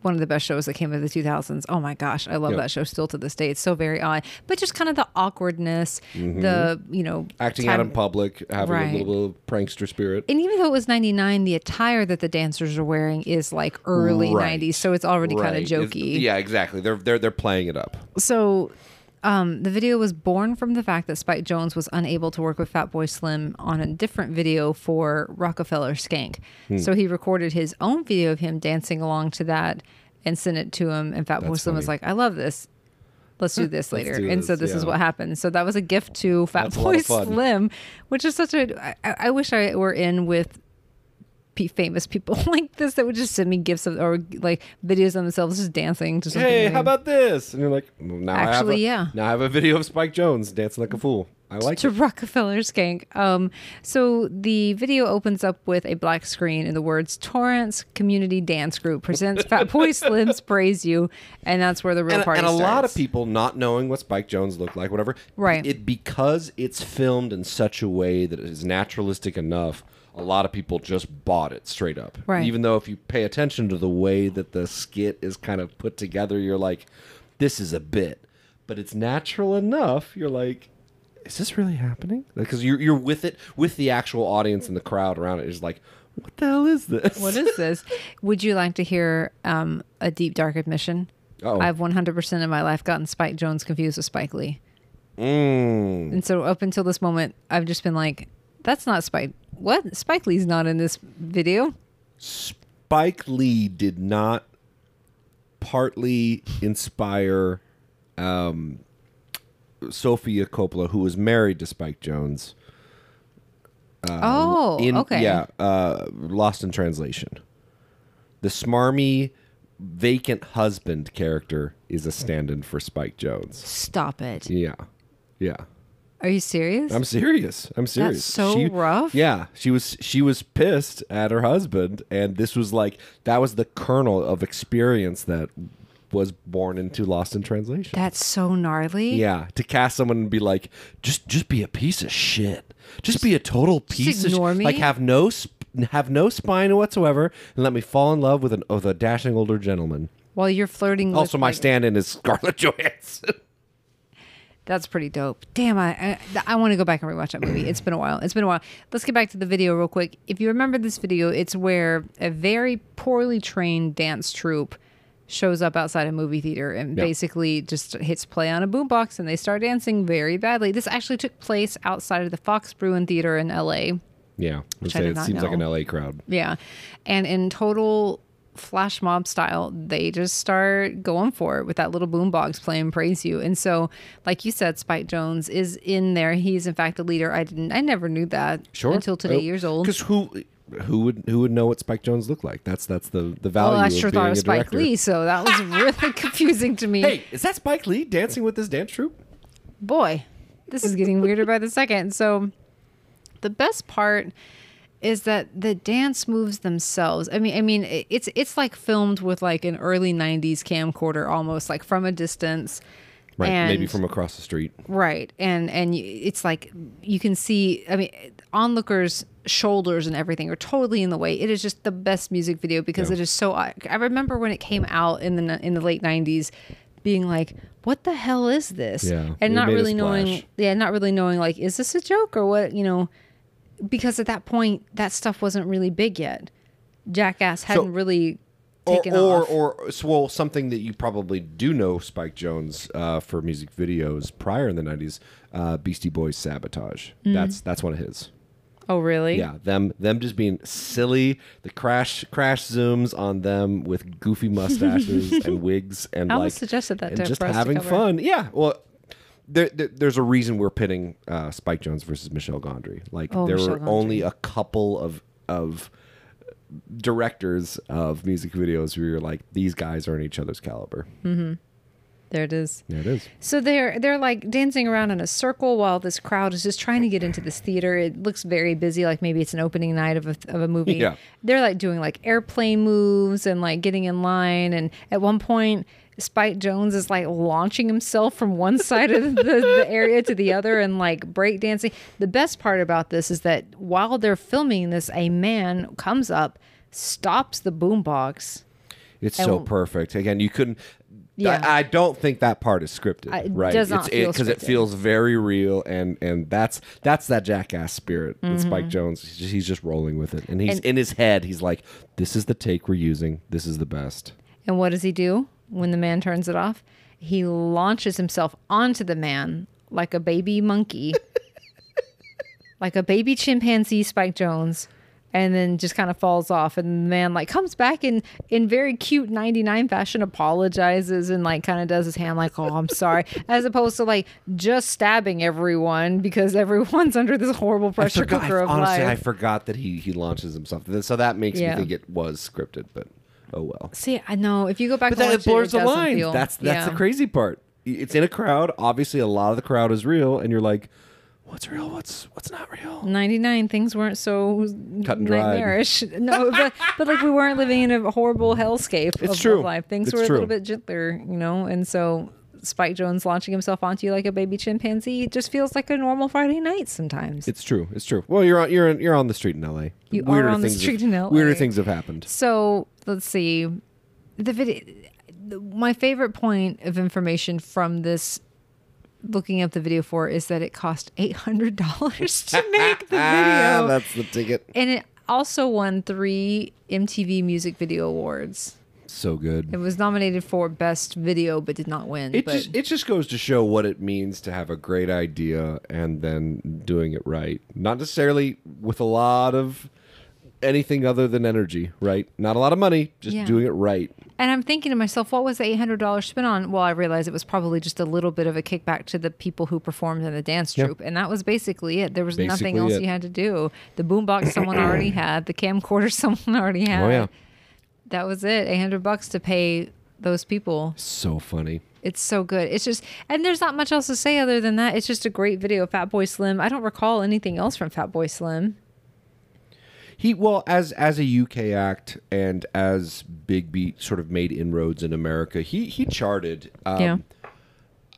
S1: One of the best shows that came out of the 2000s. Oh my gosh, I love
S2: Yeah.
S1: that show still to this day. It's so very odd, but just kind of the awkwardness, the, you know,
S2: Mm-hmm. Acting
S1: time-
S2: out in public, having
S1: Right.
S2: a little bit of prankster spirit.
S1: and even though it was 99 the attire that the dancers are wearing is like early
S2: Right.
S1: 90s so it's already kind of
S2: Right. It's-
S1: jokey
S2: yeah, exactly. They're they're they're playing it up.
S1: so um, the video was born from the fact that spike jones was unable to work with fatboy slim on a different video for rockefeller skank
S2: Hmm.
S1: so he recorded his own video of him dancing along to that and sent it to him and fatboy
S2: That's
S1: slim was
S2: funny.
S1: like i love this Let's
S2: [LAUGHS]
S1: do this later,
S2: do
S1: and so
S2: this,
S1: this is
S2: yeah.
S1: what happened. So that was a gift to Fat
S2: That's a lot
S1: Boy
S2: of fun.
S1: Slim, which is such a. I, I- I wish I were in with pe- famous people [LAUGHS] like this that would just send me gifts of, or like videos of themselves just dancing to something.
S2: Hey,
S1: weird.
S2: how about this? And you're like, well, now
S1: Actually,
S2: I
S1: yeah.
S2: have a, Now I have a video of Spike Jones dancing like a fool. I like
S1: to
S2: it.
S1: Rockefeller Skank. Um, so the video opens up with a black screen and the words Torrance Community Dance Group presents Fat
S2: [LAUGHS]
S1: Boy Slim's Praise You, and that's where the real
S2: And,
S1: party
S2: and a lot
S1: starts.
S2: of people not knowing what Spike Jones looked like, whatever.
S1: Right.
S2: It because it's filmed in such a way that it is naturalistic enough. A lot of people just bought it straight up.
S1: Right.
S2: Even though if you pay attention to the way that the skit is kind of put together, you're like, this is a bit, but it's natural enough. You're like. Is this really happening? Because you're you're with it with the actual audience and the crowd around it is like, what the hell is this?
S1: What is this? Would you like to hear um, a deep dark admission?
S2: Uh-oh.
S1: I've 100% of my life gotten Spike Jones confused with Spike Lee.
S2: Mm.
S1: And so up until this moment, I've just been like, that's not Spike. What? Spike Lee's not in this video.
S2: Spike Lee did not partly inspire um, Sophia Coppola, who was married to Spike Jones.
S1: oh,
S2: Uh, in,
S1: okay.
S2: Yeah, uh, Lost in Translation. The smarmy, vacant husband character is a stand-in for Spike Jones.
S1: Stop it.
S2: Yeah, yeah.
S1: Are you serious?
S2: I'm serious. I'm serious.
S1: so rough.
S2: Yeah, she was she was pissed at her husband, and this was like that was the kernel of experience that was born into Lost in Translation.
S1: That's so gnarly.
S2: yeah, to cast someone and be like, just just be a piece of shit, just be a total piece of
S1: ignore
S2: shit.
S1: me?
S2: like have no sp- have no spine whatsoever, and let me fall in love with an with a dashing older gentleman.
S1: While you're flirting.
S2: Also,
S1: with,
S2: my
S1: like-
S2: stand-in is [LAUGHS] Scarlett Johansson.
S1: That's pretty dope. Damn, I I, I want to go back and rewatch that movie. It's been a while. It's been a while. Let's get back to the video real quick. If you remember this video, it's where a very poorly trained dance troupe shows up outside a movie theater and
S2: Yeah.
S1: basically just hits play on a boombox and they start dancing very badly. This actually took place outside of the Fox Bruin Theater in L.A.
S2: yeah,
S1: Which I say did it
S2: it
S1: not
S2: seems like an
S1: know.
S2: LA crowd.
S1: Yeah. And in total flash mob style, they just start going for it with that little boombox playing Praise You. And so, like you said, Spike Jones is in there. He's in fact a leader. I didn't I never knew that
S2: Sure. Oh,
S1: until today years old.
S2: Because who who would who would know what Spike Jones looked like? That's that's the the value.
S1: Well, I
S2: of
S1: sure
S2: being
S1: thought it was
S2: a
S1: Spike
S2: director.
S1: Lee, so that was really [LAUGHS] confusing to me.
S2: Hey, is that Spike Lee dancing with his dance troupe?
S1: boy, this is getting weirder by the second. So, the best part is that the dance moves themselves. I mean, I mean, i- it's it's like filmed with like an early '90s camcorder, almost like from a distance.
S2: Right, maybe
S1: And-
S2: from across the street.
S1: right, and and y- it's like you can see. I mean, onlookers. Shoulders and everything are totally in the way. It is just the best music video because
S2: Yeah.
S1: it is so. I I remember when it came out in the in the late '90s, being like, "What the hell is this?"
S2: Yeah,
S1: and
S2: it
S1: not
S2: made a
S1: really knowing
S2: splash.
S1: yeah not really knowing like is this a joke or what you know because at that point that stuff wasn't really big yet jackass hadn't really taken
S2: or,
S1: off
S2: or or so, well, something that you probably do know Spike Jones uh, for music videos prior in the '90s, uh, Beastie Boys "Sabotage."
S1: Mm-hmm.
S2: That's that's one of his.
S1: oh really
S2: Yeah, them them just being silly. The crash crash zooms on them with goofy
S1: [LAUGHS]
S2: mustaches and wigs and
S1: I
S2: like
S1: almost suggested that
S2: and
S1: to-
S2: just
S1: for us to
S2: having
S1: cover.
S2: fun. Yeah, well. There, there, there's a reason we're pitting uh, Spike Jones versus Michelle Gondry. Like
S1: Oh,
S2: there
S1: Michelle
S2: were only a couple of of directors of music videos where you're like, these guys are in each other's caliber.
S1: Hmm. there it is
S2: There it is.
S1: so they're they're like dancing around in a circle while this crowd is just trying to get into this theater it looks very busy like maybe it's an opening night of a, of a movie
S2: Yeah.
S1: they're like doing like airplane moves and like getting in line and at one point spike jones is like launching himself from one side of the, the area to the other and like breakdancing the best part about this is that while they're filming this a man comes up stops the boombox
S2: It's
S1: I
S2: so
S1: won't-
S2: perfect. Again, you couldn't.
S1: Yeah.
S2: I, I don't think that part is scripted,
S1: I- it
S2: right?
S1: does not feel
S2: because it,
S1: scripted.
S2: feels very real, and and that's that's that jackass spirit. that Spike Jones, he's just, he's just rolling with it, and he's
S1: Mm-hmm. And-
S2: in his head. He's like, "This is the take we're using. This is the best."
S1: And what does he do when the man turns it off? He launches himself onto the man like a baby
S2: [LAUGHS]
S1: monkey, like a baby chimpanzee, Spike Jones, and then just kind of falls off. And the man like comes back and in very cute 99 fashion apologizes and like kind of does his hand like, oh, I'm sorry, [LAUGHS] as opposed to like just stabbing everyone because everyone's under this horrible
S2: I
S1: pressure
S2: forgot- I-
S1: cooker of
S2: honestly, I
S1: life.
S2: forgot that he he launches himself, Th- so that makes
S1: Yeah.
S2: me think it was scripted. But oh well.
S1: See, I know if you go back,
S2: But
S1: and
S2: that
S1: watch
S2: it blurs
S1: it, it
S2: the
S1: doesn't
S2: line.
S1: feel-
S2: That's that's the
S1: yeah.
S2: crazy part. It's in a crowd. Obviously, a lot of the crowd is real, and you're like, "What's real? What's what's not real?"
S1: 99 things weren't so
S2: Cut and dried.
S1: nightmarish no but, but like we weren't living in a horrible hellscape of,
S2: It's
S1: of
S2: true.
S1: life things
S2: It's
S1: were a
S2: true.
S1: little bit gentler you know and so spike jones launching himself onto you like a baby chimpanzee just feels like a normal friday night sometimes
S2: It's true. It's true. Well, you're on, you're on, you're on the street in L.A.
S1: You are on the
S2: things
S1: street
S2: have-
S1: in LA.
S2: Weirder things have happened.
S1: So let's see. The video. the- My favorite point of information from this, looking up the video for, is that it cost eight hundred dollars to make [LAUGHS] the video.
S2: Ah, [LAUGHS] that's the ticket.
S1: and it also won three MTV Music Video Awards.
S2: So
S1: It
S2: good.
S1: was nominated for Best Video, but did not win.
S2: It
S1: but
S2: just it just goes to show what it means to have a great idea and then doing it right. Not necessarily with a lot of anything other than energy, right? Not a lot of money, just
S1: Yeah.
S2: doing it right.
S1: And I'm thinking to myself, what was the $800 spent on? Well, I realized it was probably just a little bit of a kickback to the people who performed in the dance troupe. And that was basically it. There was nothing
S2: Basically
S1: else
S2: it.
S1: you had to do. The
S2: [COUGHS]
S1: boombox someone already had, the camcorder [LAUGHS] someone already had.
S2: Oh yeah,
S1: That was it. 800 bucks to pay those people.
S2: so funny.
S1: It's so good. It's just, and there's not much else to say other than that. It's just a great video. Fat Boy Slim. I don't recall anything else from Fat Boy Slim.
S2: He well as as a UK act and as Big Beat sort of made inroads in America. He he charted. Um,
S1: yeah.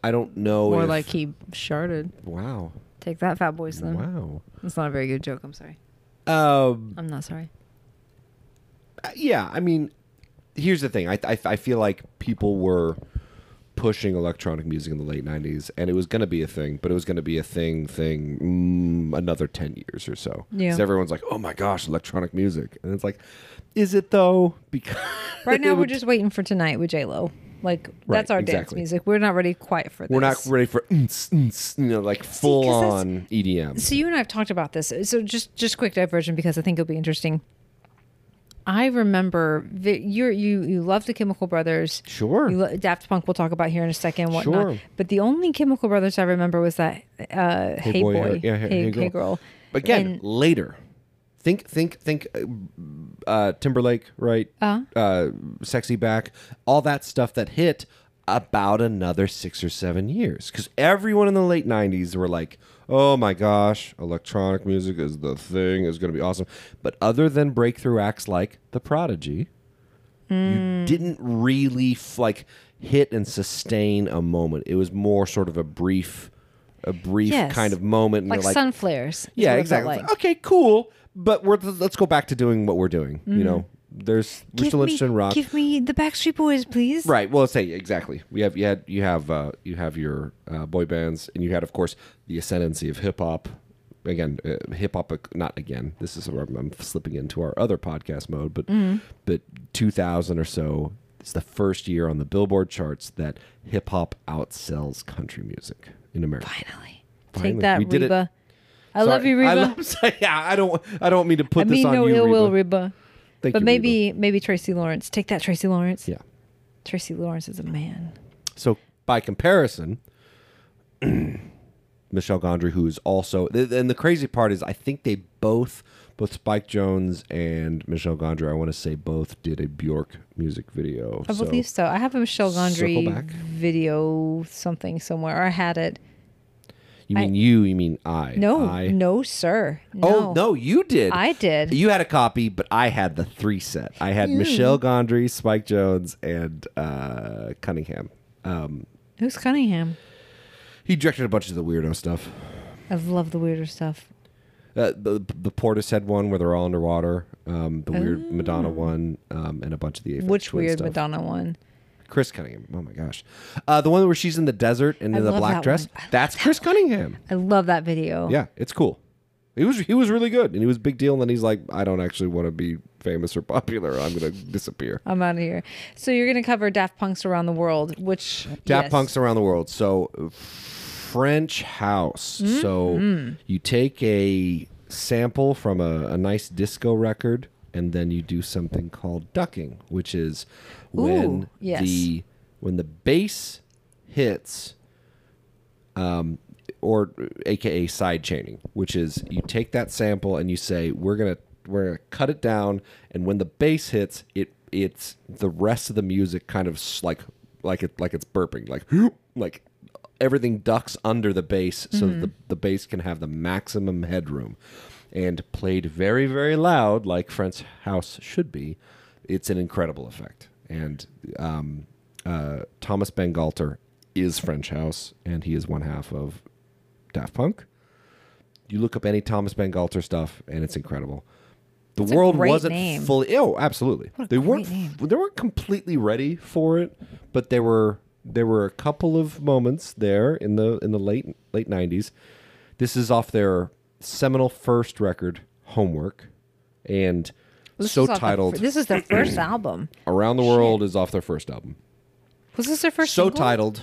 S2: I don't know.
S1: Or
S2: if,
S1: like he sharded.
S2: wow,
S1: Take that, Fat Boy Slim.
S2: wow.
S1: That's not a very good joke. I'm sorry.
S2: Um,
S1: I'm not sorry.
S2: yeah, I mean, here's the thing. I, I I feel like people were pushing electronic music in the late '90s, and it was going to be a thing, but it was going to be a thing thing mm, another ten years or so.
S1: Yeah.
S2: 'Cause everyone's like, "Oh my gosh, electronic music," and it's like, is it though? Because [LAUGHS]
S1: Right
S2: it
S1: now, we're
S2: would-
S1: just waiting for tonight with J Lo. Like that's our dance
S2: exactly.
S1: music. We're not ready quite for this.
S2: We're not ready for "Mm-ts, mm-ts," you know like E full
S1: that's-
S2: on EDM.
S1: So you and I have talked about this. So just just quick diversion because I think it'll be interesting. I remember vi- you you you love the Chemical Brothers.
S2: Sure.
S1: You lo- Daft Punk we'll talk about here in a second. Whatnot.
S2: Sure.
S1: But the only Chemical Brothers I remember was that uh, Hey, Boy,
S2: yeah, hey, Hey Girl. Again,
S1: And-
S2: later. Think, think, think. uh, Uh, Timberlake, right? uh
S3: Uh-huh.
S2: sexy back, all that stuff that hit about another six or seven years, because everyone in the late '90s were like, "Oh my gosh, electronic music is the thing. It's going to be awesome." But other than breakthrough acts like The Prodigy,
S3: Mm.
S2: you didn't really f- like hit and sustain a moment. It was more sort of a brief, a brief
S3: Yes.
S2: kind of moment. and
S3: like,
S2: you're
S3: sun flares. is
S2: yeah,
S3: what it felt
S2: exactly. Oh,
S3: like.
S2: Okay, cool. But we're let's go back to doing what we're doing.
S3: Mm.
S2: You know, there's we're still interested in rock.
S1: Give me the Backstreet Boys, please.
S2: Right. Well, say exactly. We have you had you have uh, you have your uh, boy bands, and you had, of course, the ascendancy of hip hop. Again, uh, hip hop. Not again. This is where I'm, I'm slipping into our other podcast mode, but
S3: Mm.
S2: but 2000 or so. It's the first year on the Billboard charts that hip hop outsells country music in America.
S1: Finally.
S2: Finally.
S3: Take that,
S2: We did it.
S3: Reba. I love
S2: Sorry.
S3: you, Reba.
S2: I
S3: I,
S2: love- [LAUGHS] yeah, I don't. I don't mean to put this
S3: mean,
S2: on
S3: no
S2: you,
S3: ill
S2: Reba.
S3: will, Reba.
S2: Thank
S3: but
S2: you, Reba.
S3: maybe, maybe Tracy Lawrence. Take that, Tracy Lawrence.
S2: Yeah.
S3: Tracy Lawrence is a man.
S2: So by comparison, [CLEARS THROAT] Michelle Gondry, who is also, th- and the crazy part is, I think they both, both Spike Jones and Michelle Gondry, I want to say both did a Bjork music video.
S3: I
S2: so
S3: believe so. I have a Michelle
S2: Circle
S3: Gondry
S2: back.
S3: video something somewhere. Or I had it.
S2: you mean you? You mean I?
S3: No,
S2: I,
S3: no, sir. No.
S2: Oh no, you did.
S3: I did.
S2: You had a copy, but I had the three set. I had Michelle Gondry, Spike Jones, and uh, Cunningham. Um,
S3: Who's Cunningham?
S2: he directed a bunch of the weirdo stuff.
S3: I love the weirder stuff.
S2: Uh, the the Portishead one where they're all underwater, um, the weird Madonna one, um, and a bunch of the Aphex
S3: Oh. Which
S2: Twin
S3: weird
S2: stuff.
S3: Madonna one?
S2: Chris Cunningham. Oh my gosh, uh, the one where she's in the desert and
S3: I
S2: in the
S3: love that
S2: black
S3: one. Oh.
S2: dress.
S3: I love
S2: That's Chris Cunningham.
S3: I love that video.
S2: Yeah, it's cool. He was he was really good and he was a big deal. And then he's like, I don't actually want to be famous or popular. I'm gonna disappear.
S3: I'm out of here. So you're going to cover Daft Punk's Around the World, which
S2: Daft
S3: yes.
S2: Punk's around the world. So French house.
S3: Mm-hmm.
S2: So you take a sample from a, a nice disco record, and then you do something called ducking, which is when
S3: Ooh, yes.
S2: the when the bass hits, um, or AKA side chaining, which is you take that sample and you say we're gonna we're gonna cut it down, and when the bass hits, it it's the rest of the music kind of s- like like it like it's burping like [GASPS] like everything ducks under the bass so that the, the bass can have the maximum headroom and played very very loud like french house should be it's an incredible effect and um, uh, thomas bengalter is french house and he is one half of daft punk you look up any thomas bengalter stuff and it's incredible the
S3: a
S2: world
S3: great
S2: wasn't
S3: name.
S2: fully oh absolutely
S3: What a
S2: they
S3: great
S2: weren't
S3: name.
S2: well, they weren't completely ready for it, but there were there were a couple of moments there in the in the late late nineties. This is off their seminal first record, Homework, and
S3: This
S2: so
S3: is off the-
S2: titled
S3: this is their
S2: [CLEARS THROAT]
S3: first album.
S2: Around the World is off their first album.
S3: Was this their first
S2: so
S3: single?
S2: titled.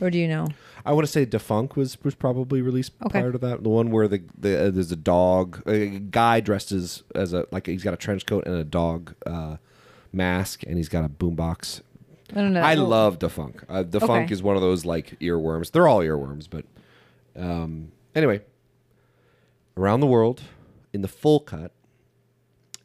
S3: Or do you know?
S2: I want to say Defunk was was probably released
S3: Okay.
S2: prior to that. The one where the, the uh, there's a dog, a guy dressed as as a like he's got a trench coat and a dog uh, mask, and he's got a boombox
S3: I don't know.
S2: I
S3: Well,
S2: love Defunk. Uh, Defunk
S3: Uh, oh. Okay.
S2: is one of those like earworms. They're all earworms, but um, anyway, around the world in the full cut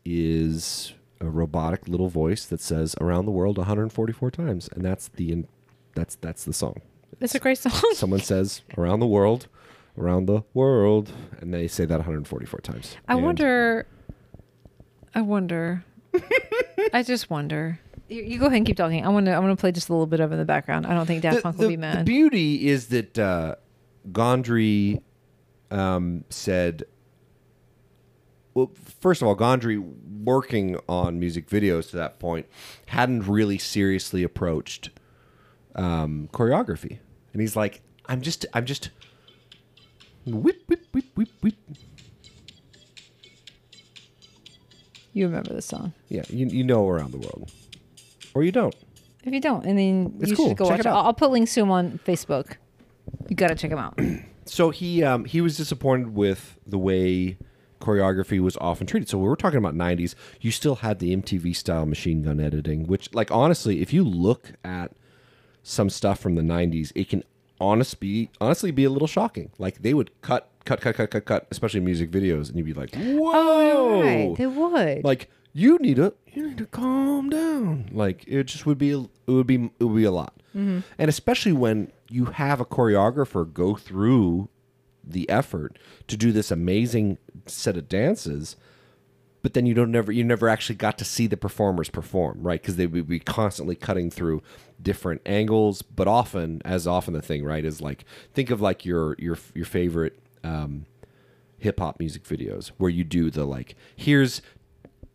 S2: is a robotic little voice that says "around the world" 144 times, and that's the in- that's that's the song.
S3: It's a great song.
S2: Someone says "around the world." Around the world, and they say that 144 times.
S1: I
S2: And
S1: wonder. I
S3: [LAUGHS]
S1: wonder. I just wonder.
S3: You, you go ahead and keep talking. I want to. I want to play just a little bit of it in the background. I don't think Daft Punk will be mad.
S2: beauty is that uh, Gondry um, said, well, first of all, Gondry working on music videos to that point hadn't really seriously approached um, choreography, and he's like, "I'm just, I'm just." Whip, whip, whip, whip, whip.
S3: you remember the song?
S2: Yeah, you, you know around the world, or you don't.
S3: If you don't, and then
S2: It's
S3: you
S2: cool.
S3: should go
S2: Check
S3: watch
S2: it
S3: it.
S2: out.
S3: I'll, I'll put links to him on Facebook. You gotta check him out.
S2: So he um, he was disappointed with the way choreography was often treated. So we were talking about '90s. You still had the MTV style machine gun editing, which, like, honestly, if you look at some stuff from the '90s, it can honest be honestly be a little shocking. Like they would cut cut, cut, cut, cut, cut, especially music videos, and you'd be like, whoa,
S3: Oh, you're right. They would.
S2: like you need to you need to calm down. Like it just would be it would be it would be a lot, and especially when you have a choreographer go through the effort to do this amazing set of dances but then you don't never you never actually got to see the performers perform right because they would be constantly cutting through different angles but often as often the thing right is like think of like your your your favorite um hip hop music videos where you do the like here's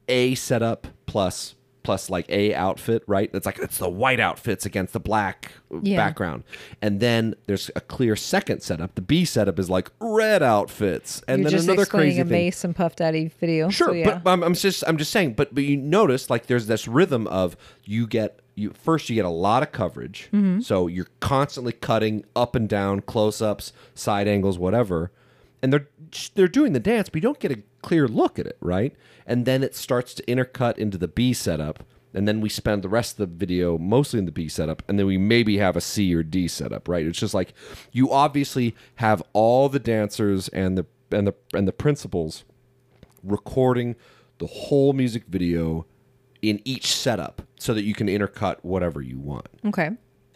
S2: a setup plus plus like a outfit right it's like it's the white outfits against the black
S1: Yeah.
S2: background and then there's a clear second setup the b setup is like red outfits and
S3: you're
S2: then
S3: just
S2: another
S3: explaining
S2: crazy
S3: a
S2: thing
S3: Mace and Puff Daddy video.
S2: Sure,
S3: so, yeah.
S2: but I'm, I'm just I'm just saying. But but you notice like there's this rhythm of you get you first you get a lot of coverage,
S3: Mm-hmm.
S2: so you're constantly cutting up and down, close ups, side angles, whatever, and they're they're doing the dance, but you don't get a clear look at it, right? And then it starts to intercut into the B setup, and then we spend the rest of the video mostly in the B setup, and then we maybe have a C or D setup, right? It's just like you obviously have all the dancers and the and the and the principals recording the whole music video in each setup so that you can intercut whatever you want.
S3: okay.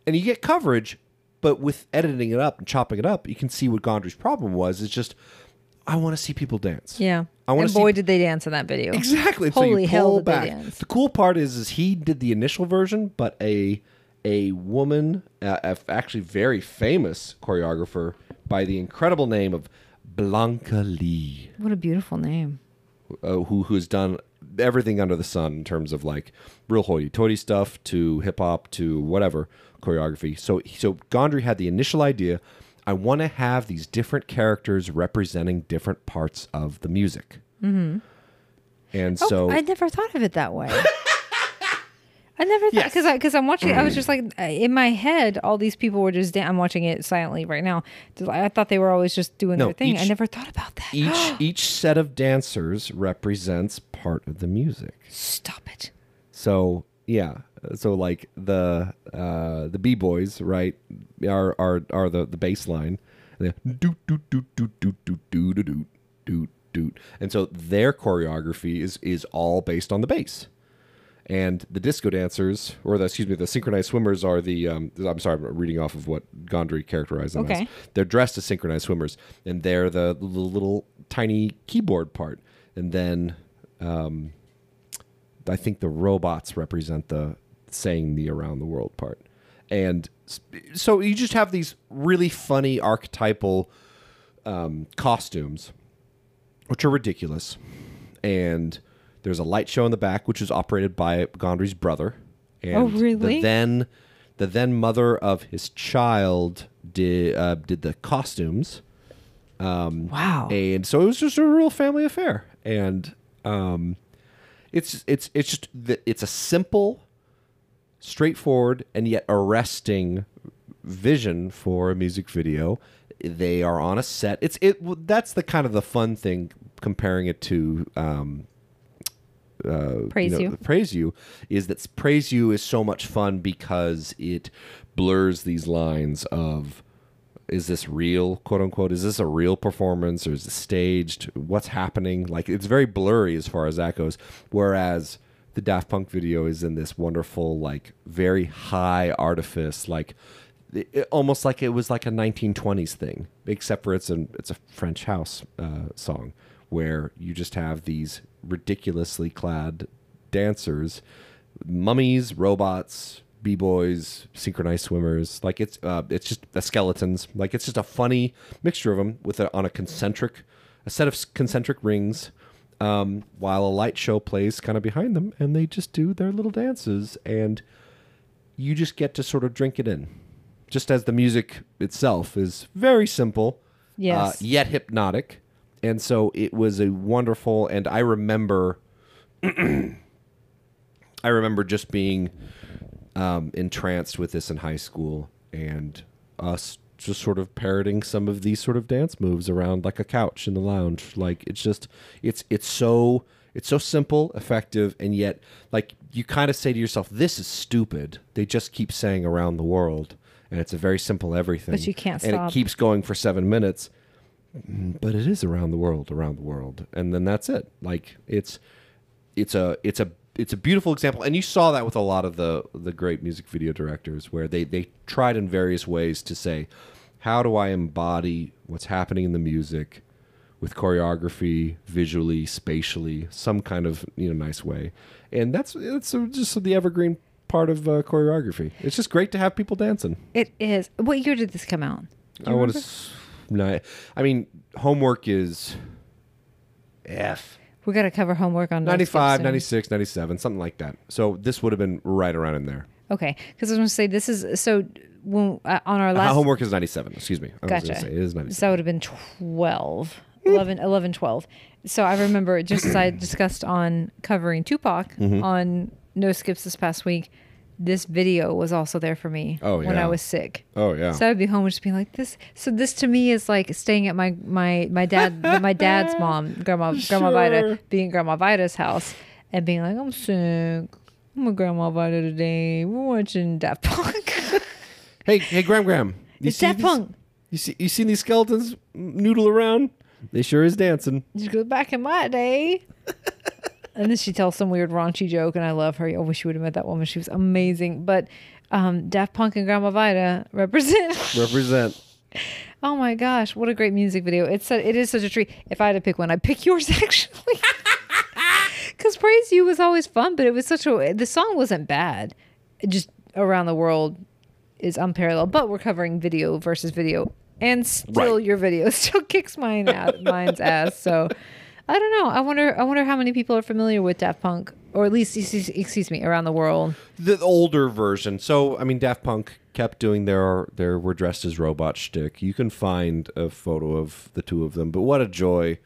S2: And you get coverage, but with editing it up and chopping it up, you can see what Gondry's problem was. It's just, I want to see people dance.
S3: Yeah.
S2: I wanna
S3: and boy,
S2: see-
S3: did they dance in that video.
S2: [LAUGHS] Exactly. So you
S3: Holy hell,
S2: pull
S3: did
S2: back.
S3: they dance.
S2: The cool part is, is he did the initial version, but a a woman, uh, a f- actually very famous choreographer by the incredible name of Blanca Lee
S1: What a beautiful name.
S2: uh, who who's done everything under the sun in terms of like real hoity-toity stuff to hip hop to whatever choreography. So so Gondry had the initial idea. I want to have these different characters representing different parts of the music. And
S3: Oh,
S1: Oh,
S2: so
S1: I never thought of it that
S2: [LAUGHS]
S1: way.
S3: I never thought
S2: Yes. Mm.
S3: because because I'm watching. I was just like uh, in my head, all these people were just. Dan- I'm watching it silently right now. Just like, I thought they were always just doing
S2: No,
S3: their thing. I
S2: each- e
S3: never thought about that.
S2: each each set of dancers represents part of the music.
S3: Stop it.
S2: So yeah, so like the uh, the b boys, right, are are are the the bass line. They doot doot doot doot doot doot doot doot, doot doot doot, and so their choreography is is all based on the bass. And the disco dancers, or the, excuse me, the synchronized swimmers are the. Um, I'm sorry, I'm reading off of what Gondry characterized them as.
S3: Okay.
S2: They're dressed as synchronized swimmers, and they're the, the little tiny keyboard part. And then I think the robots represent the saying the around the world part. And s- so you just have these really funny archetypal um, costumes, which are ridiculous. And there's a light show in the back, which is operated by Gondry's brother. And
S3: Oh,
S2: The
S3: really?
S2: then, the then mother of his child did uh, did the costumes.
S3: Wow.
S2: And so it was just a real family affair. And um, it's it's it's just the, it's a simple, straightforward, and yet arresting vision for a music video. They are on a set. It's it. w- That's the kind of the fun thing comparing it to um,
S3: Praise
S2: know,
S3: you.
S2: Praise You is that Praise You is so much fun because it blurs these lines of is this real, quote unquote? Is this a real performance or is it staged? What's happening? Like it's very blurry as far as that goes. Whereas the Daft Punk video is in this wonderful, like very high artifice, like it, it- almost like it was like a 1920s thing, except for it's an it's a French house uh, song where you just have these ridiculously clad dancers, mummies, robots, b boys, synchronized swimmers. Like it's uh, it's just the skeletons. Like it's just a funny mixture of them with a, on a concentric, a set of s- concentric rings. Um, while a light show plays kind of behind them, and they just do their little dances, and you just get to sort of drink it in. Just as the music itself is very simple, uh,
S3: Yes.
S2: yet hypnotic. And so it was a wonderful, and I remember, [CLEARS THROAT] I remember just being um, entranced with this in high school and us just sort of parroting some of these sort of dance moves around like a couch in the lounge like it's just it's it's so it's so simple effective and yet like you kind of say to yourself this is stupid they just keep saying around the world and it's a very simple everything
S3: But you can't
S2: and
S3: stop.
S2: it keeps going for seven minutes but it is around the world, around the world, and then that's it. Like it's it's a it's a it's a beautiful example, and you saw that with a lot of the the great music video directors, where they they tried in various ways to say, how do I embody what's happening in the music with choreography, visually, spatially, some kind of you know nice way, and that's that's uh, just the evergreen part of uh, choreography. It's just great to have people dancing.
S1: It is. What year did this come out?
S2: I want to. No, I mean, homework is F.
S1: We got to cover homework on
S2: 95,
S1: soon.
S2: 96, 97, something like that. So this would have been right around in there.
S1: Okay, because I was going to say this is so when uh, on our
S2: Uh,
S1: last
S2: homework is 97. Excuse me. I was
S1: gotcha.
S2: gonna say, it is 97.
S1: So that would have been 12, 11, 11, 12. So I remember just as I discussed on covering Tupac
S2: Mm-hmm.
S1: on No Skips this past week, this video was also there for me
S2: Oh,
S1: when
S2: yeah.
S1: I was sick.
S2: Oh, yeah.
S1: So I would be home and just being like this. So this to me is like staying at my my my dad
S2: [LAUGHS]
S1: my dad's mom grandma grandma
S2: Sure.
S1: Vida being grandma Vida's house and being like I'm sick. I'm a grandma Vida today. We're watching Daft Punk.
S2: hey, hey, Graham Graham.
S1: [LAUGHS]
S2: You
S1: it's Daft
S2: these-
S1: Punk.
S2: You, see, you seen these skeletons noodle around? They sure is dancing.
S1: She goes back in my
S2: [LAUGHS]
S1: day. and then she tells some weird raunchy joke, and I love her. I wish you would have met that woman. She was amazing. But um, Daft Punk and Grandma Vida represent.
S2: Represent.
S1: oh my gosh, what a great music video! It's a, it is such a treat. If I had to pick one, I'd pick [LAUGHS] yours actually. Because Praise You was always fun, but it was such a the song wasn't bad. It just around the world is unparalleled. But we're covering video versus video, and still
S2: Right.
S1: your video [LAUGHS] still kicks mine out, mine's ass. So I don't know. I wonder. I wonder how many people are familiar with Daft Punk, or at least excuse- excuse me, around the world.
S2: The older version. So, I mean, Daft Punk kept doing their their We're Dressed as Robot shtick. You can find a photo of the two of them, but what a joy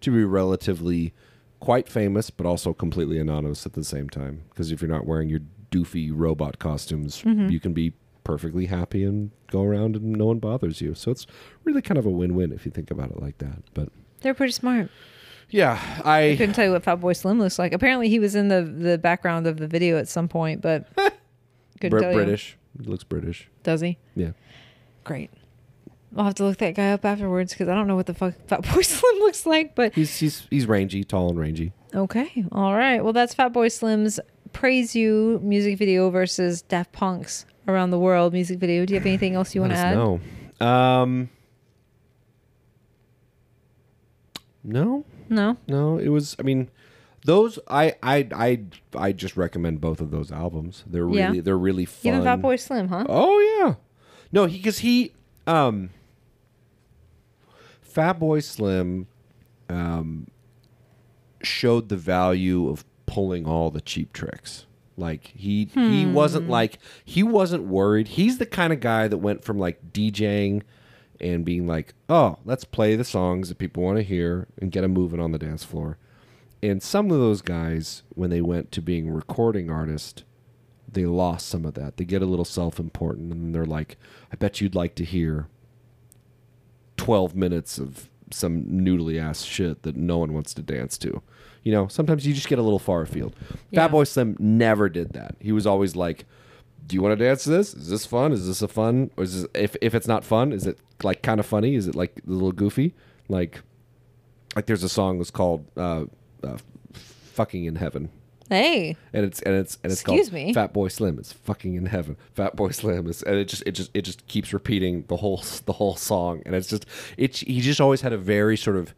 S2: to be relatively quite famous, but also completely anonymous at the same time. Because if you're not wearing your doofy robot costumes, you can be perfectly happy and go around and no one bothers you. So it's really kind of a win win if you think about it like that. But
S1: They're pretty smart.
S2: yeah,
S1: I
S2: I.
S1: couldn't tell you what Fatboy Slim looks like. Apparently, he was in the the background of the video at some point, [LAUGHS] but couldn't
S2: Br-
S1: tell you.
S2: British. It looks British.
S1: Does he?
S2: Yeah.
S1: Great. I'll have to look that guy up afterwards because I don't know what the fuck Fat Boy [LAUGHS] Slim looks like. But
S2: He's, he's, he's rangy, tall and rangy.
S1: okay, all right. Well, that's Fat Boy Slim's "Praise You" music video versus Daft Punk's "Around the World" music video. Do you have anything else you want to add?
S2: No. Um, no,
S1: No.
S2: no. It was. I mean, those. I. I. I. I just recommend both of those albums. They're
S1: Yeah.
S2: really. They're really fun.
S1: Even Fat Boy Slim, huh?
S2: Oh yeah. No, he because he um Fat Boy Slim um showed the value of pulling all the cheap tricks. Like he he wasn't like he wasn't worried. He's the kind of guy that went from like DJing and being like, "Oh, let's play the songs that people want to hear and get them moving on the dance floor." And some of those guys when they went to being recording artists they lost some of that. They get a little self important and they're like, I bet you'd like to hear 12 minutes of some noodly ass shit that no one wants to dance to. You know, sometimes you just get a little far afield.
S1: Yeah.
S2: Fat Boy Slim never did that. He was always like, do you want to dance to this? Is this fun? Is this a fun? Or is this, if if it's not fun, is it like kind of funny? Is it like a little goofy? Like, like there's a song that's called uh, uh, "Fucking in Heaven,"
S1: Hey,
S2: and it's and it's and it's
S1: Excuse
S2: called
S1: me?
S2: Fat Boy Slim. It's fucking in heaven. Fat Boy Slim is, and it just it just it just keeps repeating the whole the whole song, and it's just it's he just always had a very sort of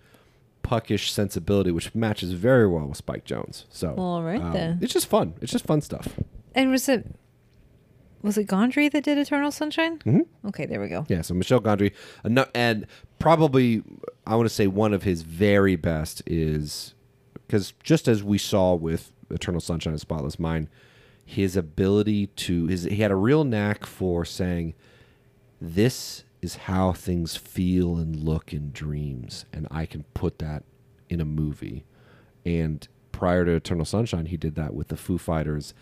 S2: puckish sensibility, which matches very well with Spike Jones. So um,
S1: All right, then.
S2: it's just fun. It's just fun stuff.
S1: and was it was it Gondry that did "Eternal Sunshine"? Mm-hmm. Okay, there we go.
S2: Yeah, so Michel Gondry, ano- and probably I want to say one of his very best is because just as we saw with Eternal Sunshine of the Spotless Mind, his ability to his he had a real knack for saying, "This is how things feel and look in dreams," and I can put that in a movie. And prior to Eternal Sunshine, he did that with the Foo Fighters.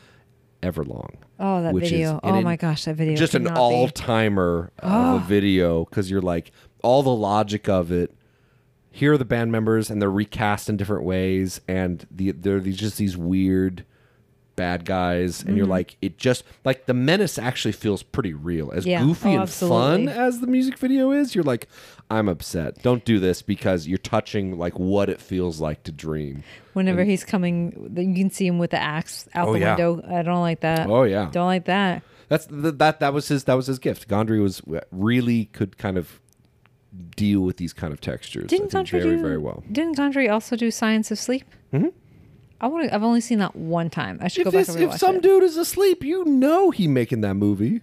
S2: Everlong.
S1: Oh, that
S2: which is-
S1: video.
S2: and
S1: oh
S2: it-
S1: my gosh, that video.
S2: just
S1: could
S2: an
S1: not be- Oh.
S2: all timer of a video because you're like all the logic of it. Here are the band members, and they're recast in different ways, and the there are these, just these weird bad guys and
S1: Mm-hmm.
S2: you're like it just like the menace actually feels pretty real as
S1: Yeah.
S2: goofy
S1: Oh,
S2: and
S1: absolutely.
S2: fun as the music video is you're like i'm upset don't do this because you're touching like what it feels like to dream
S1: Whenever he's coming, then you can see him with the axe out
S2: Oh,
S1: the
S2: yeah.
S1: window. I don't like that.
S2: Oh, yeah.
S1: don't like that.
S2: that's th- that that was his that was his gift gondry was uh, really could kind of deal with these kind of textures I
S1: Didn't
S2: think,
S1: Gondry
S2: very
S1: do,
S2: very well
S1: Didn't Gondry also do Science of Sleep? Mm-hmm. I want to. I've only seen that one time. I should go
S2: if,
S1: back
S2: this-
S1: and
S2: if
S1: rewatch
S2: some
S1: it.
S2: dude is asleep you know he making that movie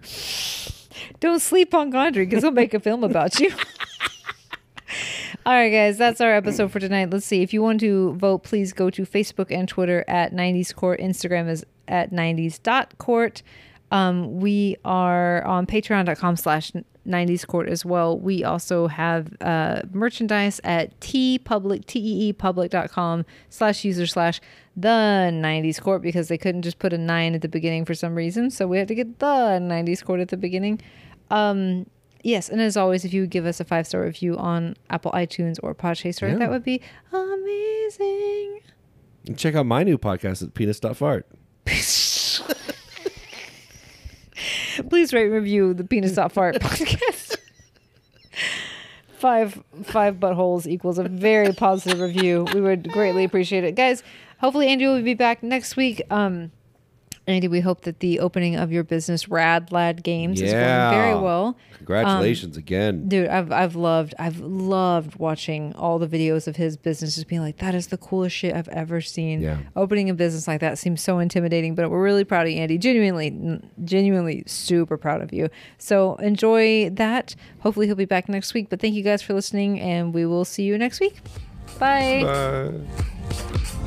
S1: Don't sleep on Gondry because he'll make a film about you. All right, guys, that's our episode for tonight. Let's see. If you want to vote, please go to Facebook and Twitter at 90s Court. Instagram is at 90s.court. Um, we are on patreon.com slash 90s Court as well. We also have uh, merchandise at tpublic, E T-E-E public.com slash user slash the 90s Court because they couldn't just put a nine at the beginning for some reason. So we had to get the 90s Court at the beginning. Um, yes, and as always, if you would give us a five star review on Apple iTunes or Podchaser,
S2: Yeah.
S1: that would be amazing.
S2: And check out my new podcast at penis.fart
S1: Please rate and review the Penis Not
S2: [LAUGHS]
S1: Fart podcast. Five five buttholes equals a very positive review. We would greatly appreciate it, guys. Hopefully, Andy will be back next week. Um, Andy, we hope that the opening of your business, Rad Lad Games, is going very
S2: Yeah.
S1: well.
S2: congratulations
S1: Um,
S2: again
S1: dude i've i've loved i've loved watching all the videos of his business just being like that is the coolest shit i've ever seen
S2: Yeah.
S1: opening a business like that seems so intimidating but we're really proud of you, andy genuinely genuinely super proud of you so enjoy that hopefully he'll be back next week but thank you guys for listening and we will see you next week bye.
S2: Bye.